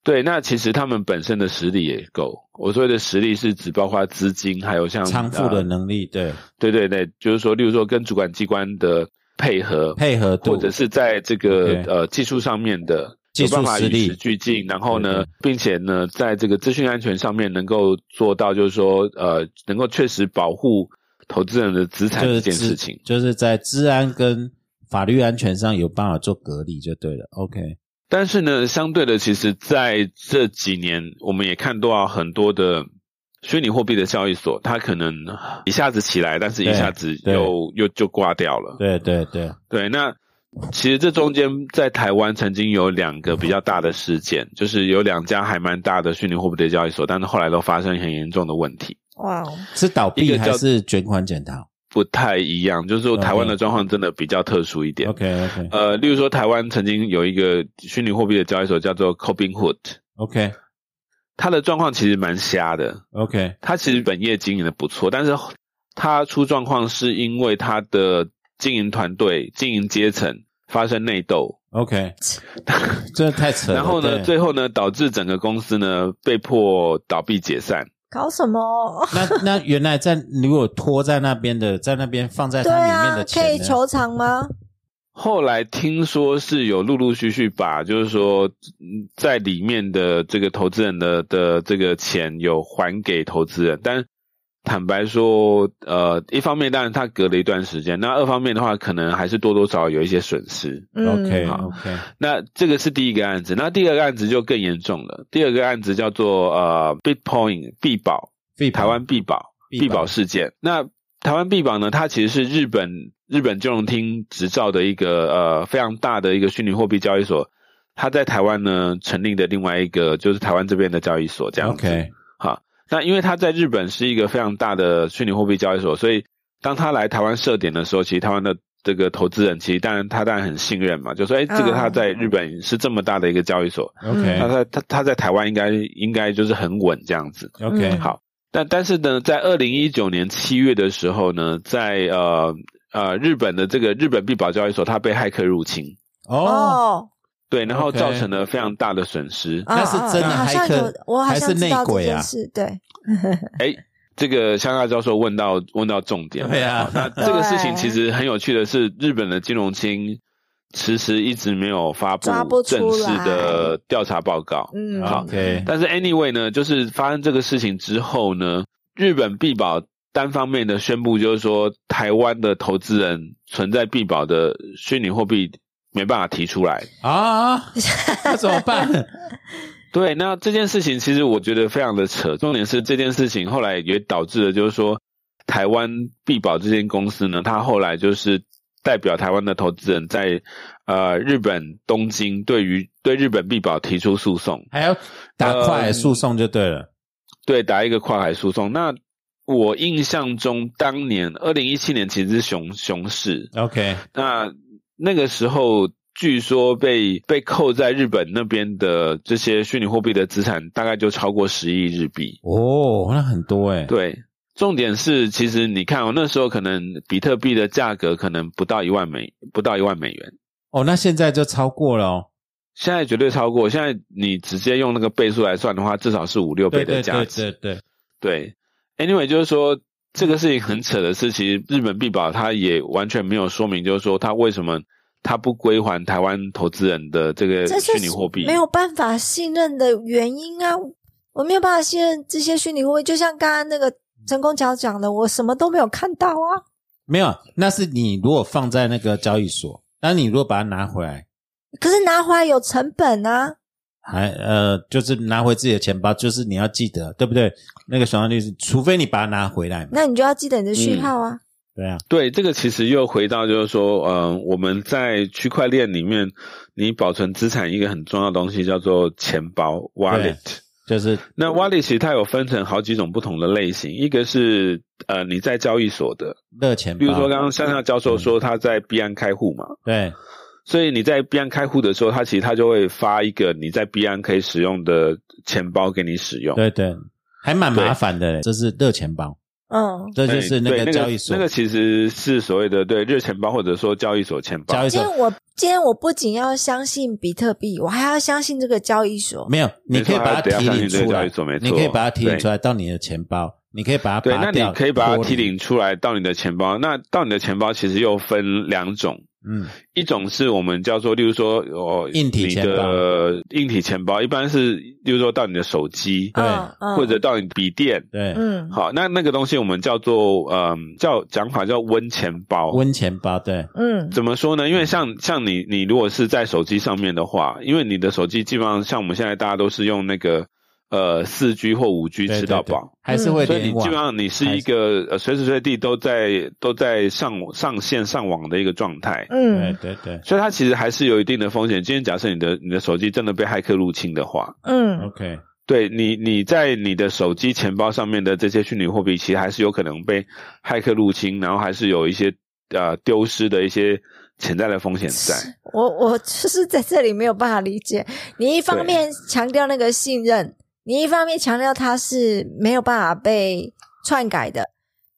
Speaker 4: 对，那其实他们本身的实力也够。我所谓的实力是指包括资金，还有像
Speaker 1: 仓
Speaker 4: 呃
Speaker 1: 富的能力对，
Speaker 4: 对对对，就是说，例如说跟主管机关的配合，
Speaker 1: 配合度
Speaker 4: 或者是在这个
Speaker 1: OK
Speaker 4: 呃技术上面的
Speaker 1: 技术
Speaker 4: 有办法
Speaker 1: 实力
Speaker 4: 与时俱进，然后
Speaker 1: 对
Speaker 4: 呢
Speaker 1: 对，
Speaker 4: 并且呢，在这个资讯安全上面能够做到，就是说呃，能够确实保护投资人的资产
Speaker 1: 就
Speaker 4: 这
Speaker 1: 是
Speaker 4: 件
Speaker 1: 治
Speaker 4: 事情。
Speaker 1: 就是在治安跟法律安全上有办法做隔离就对了，OK，
Speaker 4: 但是呢，相对的，其实在这几年，我们也看到啊很多的虚拟货币的交易所，它可能一下子起来，但是一
Speaker 1: 对
Speaker 4: 下子
Speaker 1: 对
Speaker 4: 又又就挂掉了。
Speaker 1: 对对对，
Speaker 4: 对，那其实这中间在台湾曾经有两个比较大的事件，就是有两家还蛮大的虚拟货币的交易所，但是后来都发生很严重的问题，
Speaker 2: 哇哦，
Speaker 1: 是倒
Speaker 4: 一
Speaker 1: 闭
Speaker 4: 个
Speaker 1: 还
Speaker 4: 叫
Speaker 1: 是卷款检讨
Speaker 4: 不太一样。就是说台湾的状况真的比较特殊一点。
Speaker 1: ？OK OK
Speaker 4: 呃，例如说台湾曾经有一个虚拟货币的交易所叫做 Cobinhood，
Speaker 1: OK
Speaker 4: 它的状况其实蛮瞎的，
Speaker 1: OK
Speaker 4: 它其实本业经营的不错，但是它出状况是因为它的经营团队、经营阶层发生内斗。
Speaker 1: OK，这太扯了。
Speaker 4: 然后呢，
Speaker 1: 对
Speaker 4: 最后呢，导致整个公司呢被迫倒闭解散。
Speaker 2: 搞什么？哦
Speaker 1: 那那原来在如果拖在那边的，在那边放在
Speaker 2: 对
Speaker 1: 它里面
Speaker 2: 啊
Speaker 1: 的，钱
Speaker 2: 可以
Speaker 1: 呢
Speaker 2: 求偿吗？
Speaker 4: 后来听说是有陆陆续续把，就是说嗯在里面的这个投资人的的这个钱有还给投资人，但坦白说，呃，一方面当然他隔了一段时间，那二方面的话，可能还是多多少少有一些损失。
Speaker 2: 嗯
Speaker 1: OK
Speaker 4: 好
Speaker 1: OK
Speaker 4: 那这个是第一个案子，那第二个案子就更严重了。第二个案子叫做呃 Bitcoin 币宝，
Speaker 1: 币宝
Speaker 4: 台湾币宝。
Speaker 1: 币
Speaker 4: 必
Speaker 1: 宝
Speaker 4: 保事件。那台湾必保呢，它其实是日本日本金融厅执照的一个呃非常大的一个虚拟货币交易所，它在台湾呢成立的另外一个就是台湾这边的交易所这样子。
Speaker 1: OK
Speaker 4: 好，那因为它在日本是一个非常大的虚拟货币交易所，所以当它来台湾设点的时候，其实台湾的这个投资人其实当然他当然很信任嘛，就说哎、这个他在日本是这么大的一个交易所，那
Speaker 1: OK
Speaker 4: 他他他在台湾应该应该就是很稳这样子。
Speaker 1: OK
Speaker 2: 嗯
Speaker 4: 好但但是呢，在二零一九年七月的时候呢，在呃呃日本的这个日本币宝交易所，它被骇客入侵，
Speaker 1: 哦，
Speaker 2: 哦，
Speaker 4: 对，然后
Speaker 1: OK
Speaker 4: 造成了非常大的损失。
Speaker 1: 那是真的
Speaker 2: 啊啊好像
Speaker 1: 骇客
Speaker 2: 有，我好
Speaker 1: 还是
Speaker 2: 像知道
Speaker 1: 内
Speaker 2: 这
Speaker 1: 鬼啊
Speaker 2: 件事，对，
Speaker 4: 这个香辣教授问到问到重点了，
Speaker 1: 对啊
Speaker 4: 好那这个事情
Speaker 2: 对
Speaker 4: 其实很有趣的是，日本的金融厅迟迟一直没有发
Speaker 2: 抓
Speaker 4: 布
Speaker 2: 不出
Speaker 4: 正式
Speaker 2: 来
Speaker 4: 的调查报告。
Speaker 2: 嗯，
Speaker 4: 好
Speaker 1: OK
Speaker 4: 但是 anyway 呢，就是发生这个事情之后呢，日本币宝单方面的宣布，就是说台湾的投资人存在币宝的虚拟货币没办法提出来。
Speaker 1: 啊，那怎么 办？
Speaker 4: 对，那这件事情其实我觉得非常的扯，重点是这件事情后来也导致了，就是说台湾币宝这间公司呢，它后来就是代表台湾的投资人在呃日本东京对于对日本币宝提出诉讼。
Speaker 1: 还要打快
Speaker 4: 呃
Speaker 1: 诉讼就对了。
Speaker 4: 对，打一个跨海诉讼。那我印象中，
Speaker 1: 嗯
Speaker 4: 当年二零一七年其实是熊熊市，
Speaker 1: OK
Speaker 4: 那那个时候据说被被扣在日本那边的这些虚拟货币的资产，大概就超过十亿日币。
Speaker 1: 哦，那很多哎、，
Speaker 4: 对，重点是，其实你看哦，那时候可能比特币的价格可能不到一万美，不到一万美元，
Speaker 1: 哦，那现在就超过了哦，
Speaker 4: 现在绝对超过。现在你直接用那个倍数来算的话，至少是五六倍
Speaker 1: 对
Speaker 4: 的
Speaker 1: 对
Speaker 4: 价
Speaker 1: 对
Speaker 4: 值。
Speaker 1: 对对，
Speaker 4: 对，anyway，就是说这个事情很扯的是，其实日本币宝它也完全没有说明，就是说它为什么它不归还台湾投资人的这个
Speaker 2: 这
Speaker 4: 虚拟
Speaker 2: 是
Speaker 4: 货币
Speaker 2: 没。有办法信任的原因啊！我没有办法信任这些虚拟货币，就像刚刚那个陈功桥讲的，我什么都没有看到啊，
Speaker 1: 没有，那是你如果放在那个交易所，那你如果把它拿回来，
Speaker 2: 可是拿回来有成本啊。
Speaker 1: 还呃，就是拿回自己的钱包，就是你要记得，对不对？那个小张律师，除非你把它拿回来嘛，
Speaker 2: 那你就要记得你的序号啊。
Speaker 1: 对啊，
Speaker 4: 对，这个其实又回到就是说，嗯、我们在区块链里面，你保存资产一个很重要的东西叫做钱包 （wallet）。
Speaker 1: 就是
Speaker 4: 那 wallet 其实它有分成好几种不同的类型，一个是呃你在交易所的，
Speaker 1: 热钱包，嗯
Speaker 4: 比如说刚刚向向教授说哦他在币安开户嘛，
Speaker 1: 对
Speaker 4: 所以你在币安开户的时候，它其实它就会发一个你在币安可以使用的钱包给你使用。
Speaker 1: 对对，还蛮麻烦的，这是热钱包，
Speaker 2: 嗯，
Speaker 1: 这
Speaker 4: 哎，
Speaker 1: 就是那
Speaker 4: 对
Speaker 1: 个交易所
Speaker 4: 那个其实是所谓的对热钱包或者说交易所钱包
Speaker 1: 交。易
Speaker 2: 今
Speaker 1: 所
Speaker 2: 天我今天我不仅要相信比特币，我还要相信这个交易所。
Speaker 1: 没有，你可以把它提领
Speaker 4: 没
Speaker 1: 出来
Speaker 4: 错还有等一下上去这个交易所没，错
Speaker 1: 你可以把它提领出来到你的钱包，你可以把它
Speaker 4: 对，
Speaker 1: 拔
Speaker 4: 那你
Speaker 1: 掉
Speaker 4: 可以把它
Speaker 1: 脱
Speaker 4: 提
Speaker 1: 离，
Speaker 4: 领出来到你的钱包。那到你的钱包其实又分两种，
Speaker 1: 嗯，
Speaker 4: 一种是我们叫做，例如说哦，
Speaker 1: 硬体钱包
Speaker 4: 你的硬体钱包一般是，例如说到你的手机、
Speaker 1: 对
Speaker 2: 嗯嗯、
Speaker 4: 或者到你笔电。
Speaker 1: 对，
Speaker 2: 嗯，
Speaker 4: 好，那那个东西我们叫做，嗯，叫讲法叫温钱包。
Speaker 1: 温钱包，对，
Speaker 2: 嗯，
Speaker 4: 怎么说呢？因为像像你你如果是在手机上面的话，因为你的手机基本上像我们现在大家都是用那个呃四 G 或五 G
Speaker 1: 对
Speaker 4: 吃
Speaker 1: 对
Speaker 4: 到
Speaker 1: 对
Speaker 4: 饱，
Speaker 1: 还
Speaker 2: 嗯
Speaker 1: 是会
Speaker 4: 所以你
Speaker 1: 联网，
Speaker 4: 基本上你是一个呃随时随地都在都在上网上线上网的一个状态。
Speaker 1: 对
Speaker 2: 嗯
Speaker 1: 对对
Speaker 4: 所以它其实还是有一定的风险。今天假设你的你的手机真的被骇客入侵的话，
Speaker 2: 嗯
Speaker 1: ，OK，
Speaker 4: 对你你在你的手机钱包上面的这些虚拟货币，其实还是有可能被骇客入侵，然后还是有一些呃丢失的一些潜在的风险在。
Speaker 2: 我我就是在这里没有办法理解，你一方
Speaker 4: 对
Speaker 2: 面强调那个信任，你一方面强调它是没有办法被篡改的，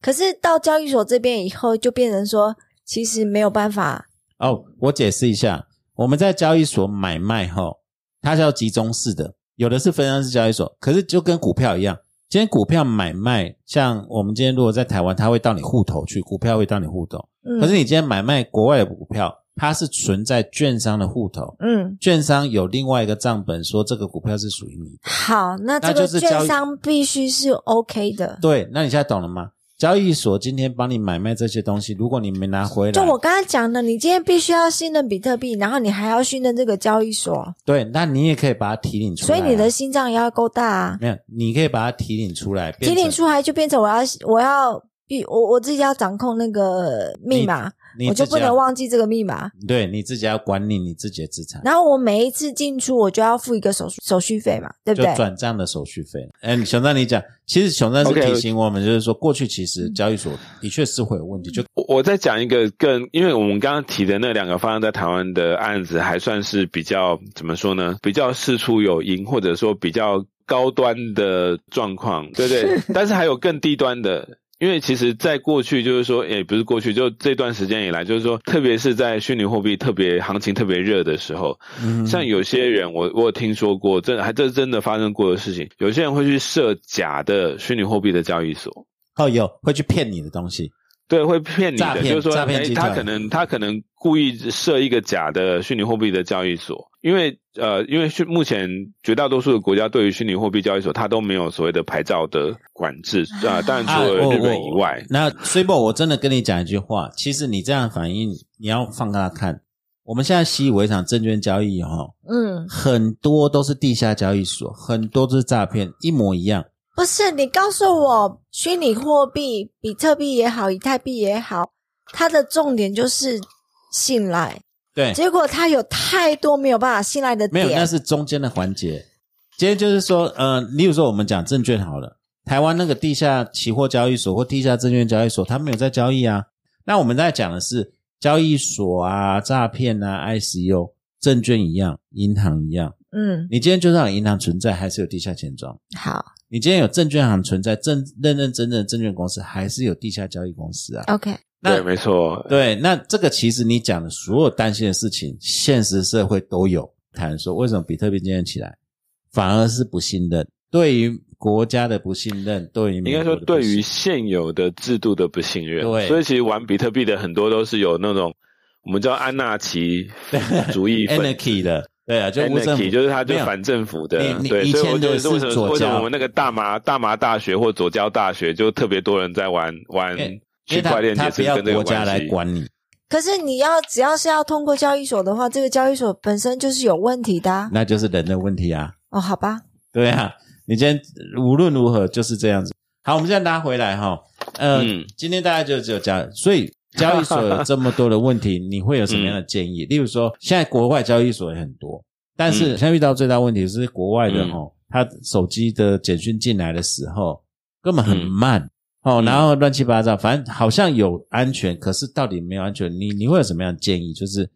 Speaker 2: 可是到交易所这边以后，就变成说其实没有办法，
Speaker 1: 哦，我解释一下，我们在交易所买卖后，它是要集中式的，有的是分散式交易所，可是就跟股票一样，今天股票买卖，像我们今天如果在台湾，它会到你户头去，股票会到你户头，
Speaker 2: 嗯，
Speaker 1: 可是你今天买卖国外的股票，它是存在券商的户头。
Speaker 2: 嗯，
Speaker 1: 券商有另外一个账本，说这个股票是属于你的。
Speaker 2: 好，那这
Speaker 1: 那就
Speaker 2: 个
Speaker 1: 是交易
Speaker 2: 券商必须是 OK 的。
Speaker 1: 对，那你现在懂了吗？交易所今天帮你买卖这些东西，如果你没拿回来，
Speaker 2: 就我刚才讲的，你今天必须要信任比特币，然后你还要信任这个交易所，
Speaker 1: 对，那你也可以把它提领出
Speaker 2: 所
Speaker 1: 来啊、
Speaker 2: 以你的心脏也要够大啊。
Speaker 1: 没有，你可以把它提领出来，
Speaker 2: 提
Speaker 1: 变成
Speaker 2: 领出来就变成我要我要必我我自己要掌控那个密码，
Speaker 1: 你
Speaker 2: 我就
Speaker 1: 自己
Speaker 2: 不能
Speaker 1: 要嗯
Speaker 2: 忘记这个密码。
Speaker 1: 对你自己要管理你自己的资产，
Speaker 2: 然后我每一次进出，我就要付一个手续手续费嘛，对不
Speaker 1: 就
Speaker 2: 对？
Speaker 1: 转账的手续费。哎，熊赞你讲，其实熊赞是
Speaker 4: OK，
Speaker 1: 提醒我们，就是说过去其
Speaker 2: 嗯
Speaker 1: 实交易所的确是会有问题，就
Speaker 4: 我我再讲一个更，因为我们刚刚提的那两个发生在台湾的案子，还算是比较怎么说呢？比较事出有因，或者说比较高端的状况，对不对？但是还有更低端的。因为其实，在过去就是说，也不是过去，就这段时间以来，就是说，特别是在虚拟货币特别行情特别热的时候，
Speaker 1: 嗯
Speaker 4: 像有些人，我我有听说过，真的还这是真的发生过的事情，有些人会去设假的虚拟货币的交易所，
Speaker 1: 哦有会去骗你的东西，
Speaker 4: 对，会骗你
Speaker 1: 诈
Speaker 4: 的，
Speaker 1: 骗
Speaker 4: 就是说，
Speaker 1: 诈骗
Speaker 4: 哎
Speaker 1: 集
Speaker 4: 他
Speaker 1: 团
Speaker 4: 可能他可能故意设一个假的虚拟货币的交易所，因为呃，因为是目前绝大多数的国家对于虚拟货币交易所，它都没有所谓的牌照的管制啊、当然除
Speaker 1: 啊，
Speaker 4: 了
Speaker 1: 我
Speaker 4: 日本以外
Speaker 1: 我，那 s i b o 我真的跟你讲一句话，其实你这样反应，你要放大看。我们现在习以为常证券交易哈、哦，
Speaker 2: 嗯，
Speaker 1: 很多都是地下交易所，很多都是诈骗，一模一样。
Speaker 2: 不是你告诉我，虚拟货币，比特币也好，以太币也好，它的重点就是信赖。
Speaker 1: 对，
Speaker 2: 结果它有太多没有办法信赖的
Speaker 1: 哎没有，那
Speaker 2: 点，
Speaker 1: 是中间的环节。今天就是说，呃，例如说我们讲证券好了，台湾那个地下期货交易所或地下证券交易所，它没有在交易啊。那我们在讲的是交易所啊、诈骗啊、ICO、证券一样，银行一样。
Speaker 2: 嗯，
Speaker 1: 你今天就算有银行存在，还是有地下钱庄；
Speaker 2: 好
Speaker 1: 你今天有证券行存在，证认认真真的证券公司，还是有地下交易公司啊。
Speaker 2: ，OK，
Speaker 1: 那
Speaker 4: 对，没错，
Speaker 1: 对，那这个其实你讲的所有担心的事情，现实社会都有。谈说为什么比特币今天起来，反而是不信任，对于国家的不信任，对于美
Speaker 4: 应该
Speaker 1: 国
Speaker 4: 说
Speaker 1: 的不
Speaker 4: 对
Speaker 1: 信
Speaker 4: 于现有的制度的不信任。
Speaker 1: 对
Speaker 4: 所以其实玩比特币的很多都是有那种我们叫安纳 奇主义分
Speaker 1: anarchy 的，对啊，就无政
Speaker 4: Anarchy
Speaker 1: 府，
Speaker 4: 哎就是他就
Speaker 1: 没有
Speaker 4: 反政府的
Speaker 1: 你，你
Speaker 4: 对，
Speaker 1: 以
Speaker 4: 所以
Speaker 1: 前
Speaker 4: 我觉
Speaker 1: 的
Speaker 4: 得
Speaker 1: 是
Speaker 4: 为什么
Speaker 1: 左
Speaker 4: 为什么
Speaker 1: 交
Speaker 4: 我们那个大麻大麻大学或左交大学就特别多人在玩玩
Speaker 1: 因哎因
Speaker 4: 区
Speaker 1: 为
Speaker 4: 块
Speaker 1: 他
Speaker 4: 链，
Speaker 1: 他
Speaker 4: 也
Speaker 1: 不
Speaker 4: 是
Speaker 1: 要
Speaker 4: 跟这
Speaker 1: 国
Speaker 4: 个
Speaker 1: 家
Speaker 4: 关
Speaker 1: 来
Speaker 4: 系。
Speaker 1: 管你，
Speaker 2: 可是你要只要是要通过交易所的话，这个交易所本身就是有问题的啊、
Speaker 1: 那就是人的问题啊。
Speaker 2: 哦，好吧，
Speaker 1: 对啊，你今天无论如何就是这样子。好，我们现在拉回来哈，呃，
Speaker 4: 嗯
Speaker 1: 今天大家就只有交，所以交易所有这么多的问题，你会有什么样的建议？例如说，现在国外交易所也很多，但是
Speaker 4: 嗯
Speaker 1: 现在遇到最大问题是国外的
Speaker 4: 嗯
Speaker 1: 哦，他手机的简讯进来的时候根本很
Speaker 4: 嗯
Speaker 1: 慢。哦，
Speaker 4: 嗯
Speaker 1: 然后乱七八糟，反正好像有安全，可是到底没有安全。你你会有什么样的建议？就是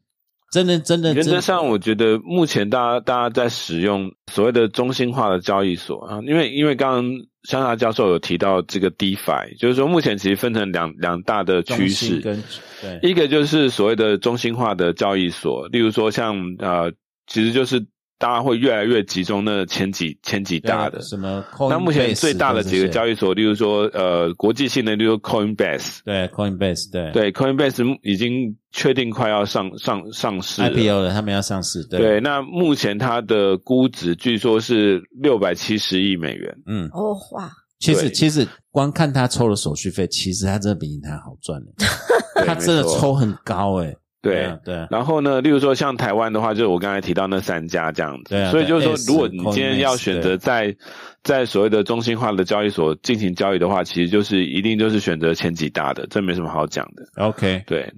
Speaker 1: 真的真的
Speaker 4: 原
Speaker 1: 真
Speaker 4: 则
Speaker 1: 的
Speaker 4: 上，我觉得目前大家大家在使用所谓的中心化的交易所啊，因为因为刚刚香达教授有提到这个 DeFi，就是说目前其实分成两两大的
Speaker 1: 中
Speaker 4: 趋
Speaker 1: 心
Speaker 4: 势，
Speaker 1: 跟对
Speaker 4: 一个就是所谓的中心化的交易所，例如说像呃，其实就是大家会越来越集中那前几前几大的。
Speaker 1: 什么 Coinbase 啊都是这些？
Speaker 4: 那目前最大的几个交
Speaker 1: 易
Speaker 4: 易所，例如说呃国际性的，例如 Coinbase，
Speaker 1: 对 Coinbase 对
Speaker 4: 对 Coinbase 已经确定快要上上上市了
Speaker 1: IPO 了，他们要上市对
Speaker 4: 对，那目前它的估值据说是六百七十亿美元。
Speaker 1: 嗯，
Speaker 2: 哦哇，
Speaker 1: 其实
Speaker 4: 对
Speaker 1: 其实光看他抽的手续费，其实他真的比银行好 赚欸他真的
Speaker 4: 没错
Speaker 1: 抽很高诶。
Speaker 4: 对。
Speaker 1: 啊 对啊，
Speaker 4: 然后呢，例如说像台湾的话，就是我刚才提到那三家这样子，
Speaker 1: 对啊
Speaker 4: 所以就是说
Speaker 1: 对，
Speaker 4: 如果
Speaker 1: S，
Speaker 4: 你今天要选
Speaker 1: Coinbase，对
Speaker 4: 择在在所谓的中心化的交易所进行交易的话，其实就是一定就是选择前几大的，这没什么好讲的。
Speaker 1: OK
Speaker 4: 对，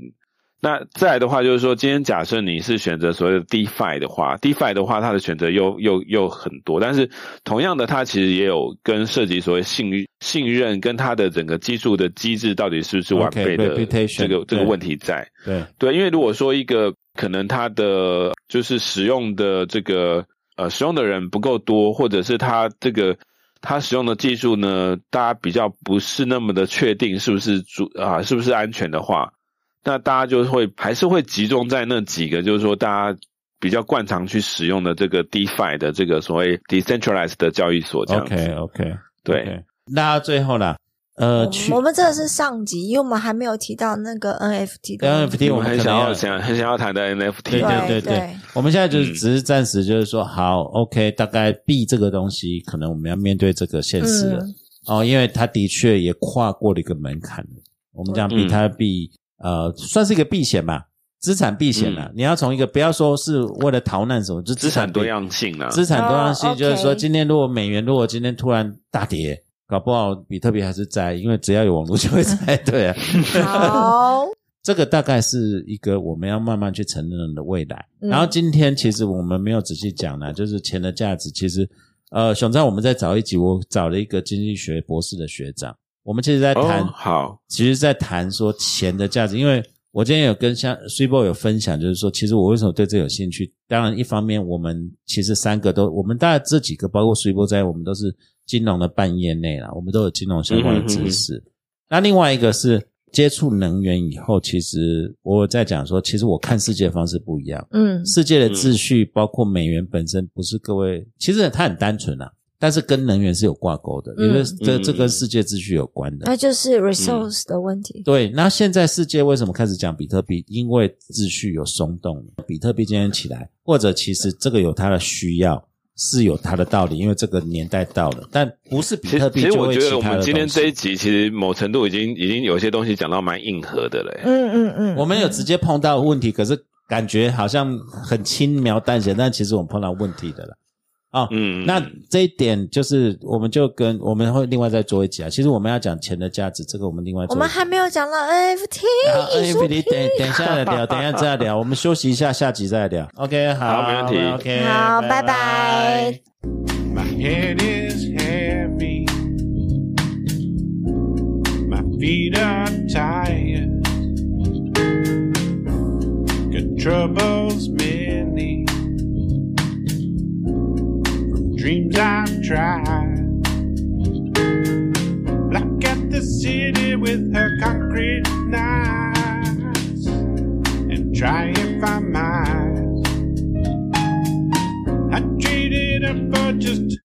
Speaker 4: 那再来的话就是说，今天假设你是选择所谓的 DeFi 的话，DeFi 的话它的选择又又又很多，但是同样的，它其实也有跟涉及所谓信信任跟它的整个技术的机制到底是不是完
Speaker 1: OK，
Speaker 4: 备的
Speaker 1: reputation，
Speaker 4: 这个这个
Speaker 1: 对
Speaker 4: 问题在。
Speaker 1: 对
Speaker 4: 对，因为如果说一个可能它的就是使用的这个呃使用的人不够多，或者是它这个它使用的技术呢，大家比较不是那么的确定是不是主啊、是不是安全的话，那大家就会还是会集中在那几个，就是说大家。比较惯常去使用的这个 DeFi 的这个所谓 decentralized 的交易 所，这样子
Speaker 1: OK OK
Speaker 4: 对。
Speaker 1: 那最后啦，呃，去
Speaker 2: 我我们这个是上集，因为我们还没有提到那个 NFT 的
Speaker 1: NFT
Speaker 4: 我们很
Speaker 1: 可能
Speaker 4: 想
Speaker 1: 要
Speaker 4: 要想很想要谈的 NFT，
Speaker 1: 对
Speaker 4: 这样
Speaker 1: 对
Speaker 4: 子
Speaker 1: 对
Speaker 2: 对
Speaker 1: 对
Speaker 2: 对，
Speaker 1: 我们现在就是
Speaker 4: 嗯
Speaker 1: 只是暂时就是说，好，OK，大概币这个东西，可能我们要面对这个现实了、
Speaker 2: 嗯
Speaker 1: 哦，因为它的确也跨过了一个门槛了。我们讲
Speaker 4: 嗯
Speaker 1: 比特币，呃，算是一个避险吧，资产避险啦、你要从一个不要说是为了逃难什么，就
Speaker 4: 嗯资产
Speaker 1: 避
Speaker 4: 多样性啊，
Speaker 1: 资产多样性
Speaker 2: 哦
Speaker 1: 就是说，
Speaker 2: OK
Speaker 1: 今天如果美元如果今天突然大跌，搞不好比特币还是在，因为只要有网络就会 在，对啊。
Speaker 2: 嗯 好，
Speaker 1: 这个大概是一个我们要慢慢去承认的未来。
Speaker 2: 嗯
Speaker 1: 然后今天其实我们没有仔细讲呢，就是钱的价值。其实，呃，熊在我们在找一集，我找了一个经济学博士的学长，我们其实在谈，
Speaker 4: 哦好
Speaker 1: 其实在谈说钱的价值。因为我今天有跟像 s u p e 有分享，就是说，其实我为什么对这有兴趣？当然，一方面我们其实三个都，我们大概这几个包括 s u p e 在，我们都是金融的半业内啦，我们都有金融相关的知识。那另外一个是接触能源以后，其实我有在讲说，其实我看世界的方式不一样，
Speaker 2: 嗯
Speaker 1: 世界的秩序包括美元本身不是各位，其实它很单纯啊，但是跟能源是有挂钩的，
Speaker 2: 嗯
Speaker 1: 因为这
Speaker 4: 嗯
Speaker 1: 这跟世界秩序有关
Speaker 2: 那
Speaker 1: 的。
Speaker 2: 就是 resource 的问题。
Speaker 1: 对，那现在世界为什么开始讲比特币？因为秩序有松动了，比特币今天起来，或者其实这个有它的需要，是有它的道理，因为这个年代到了，但不是比
Speaker 4: 其
Speaker 1: 特
Speaker 4: 实，
Speaker 1: 币
Speaker 4: 其实
Speaker 1: 就
Speaker 4: 我
Speaker 1: 会
Speaker 4: 觉
Speaker 1: 起
Speaker 4: 得我
Speaker 1: 它
Speaker 4: 们
Speaker 1: 的
Speaker 4: 今天
Speaker 1: 东西
Speaker 4: 这一集，其实某程度已经已经有些东西讲到蛮硬核的了、欸。
Speaker 2: 嗯嗯嗯，
Speaker 1: 我们有直接碰到问题，可是感觉好像很轻描淡写，但其实我们碰到问题的了。哦，
Speaker 4: 嗯，
Speaker 1: 那这一点就是，我们就跟我们会另外再做一集啊。其实我们要讲钱的价值，这个我们另外
Speaker 2: 我
Speaker 1: 做一集。
Speaker 2: 们还没有讲到 NFT
Speaker 1: 好
Speaker 2: 艺术
Speaker 1: NFT
Speaker 2: 品。
Speaker 1: 等哎等一下再 聊，等一下再聊，我们休息一下，下集再聊。OK，好，
Speaker 4: 好没问题
Speaker 1: OK，
Speaker 2: 好
Speaker 1: 拜
Speaker 2: 拜拜。
Speaker 5: My head is heavy. My feet are tired. troubles many, from dreams I've tried. Black at the city with her concrete knives, and try if I might. I traded up for just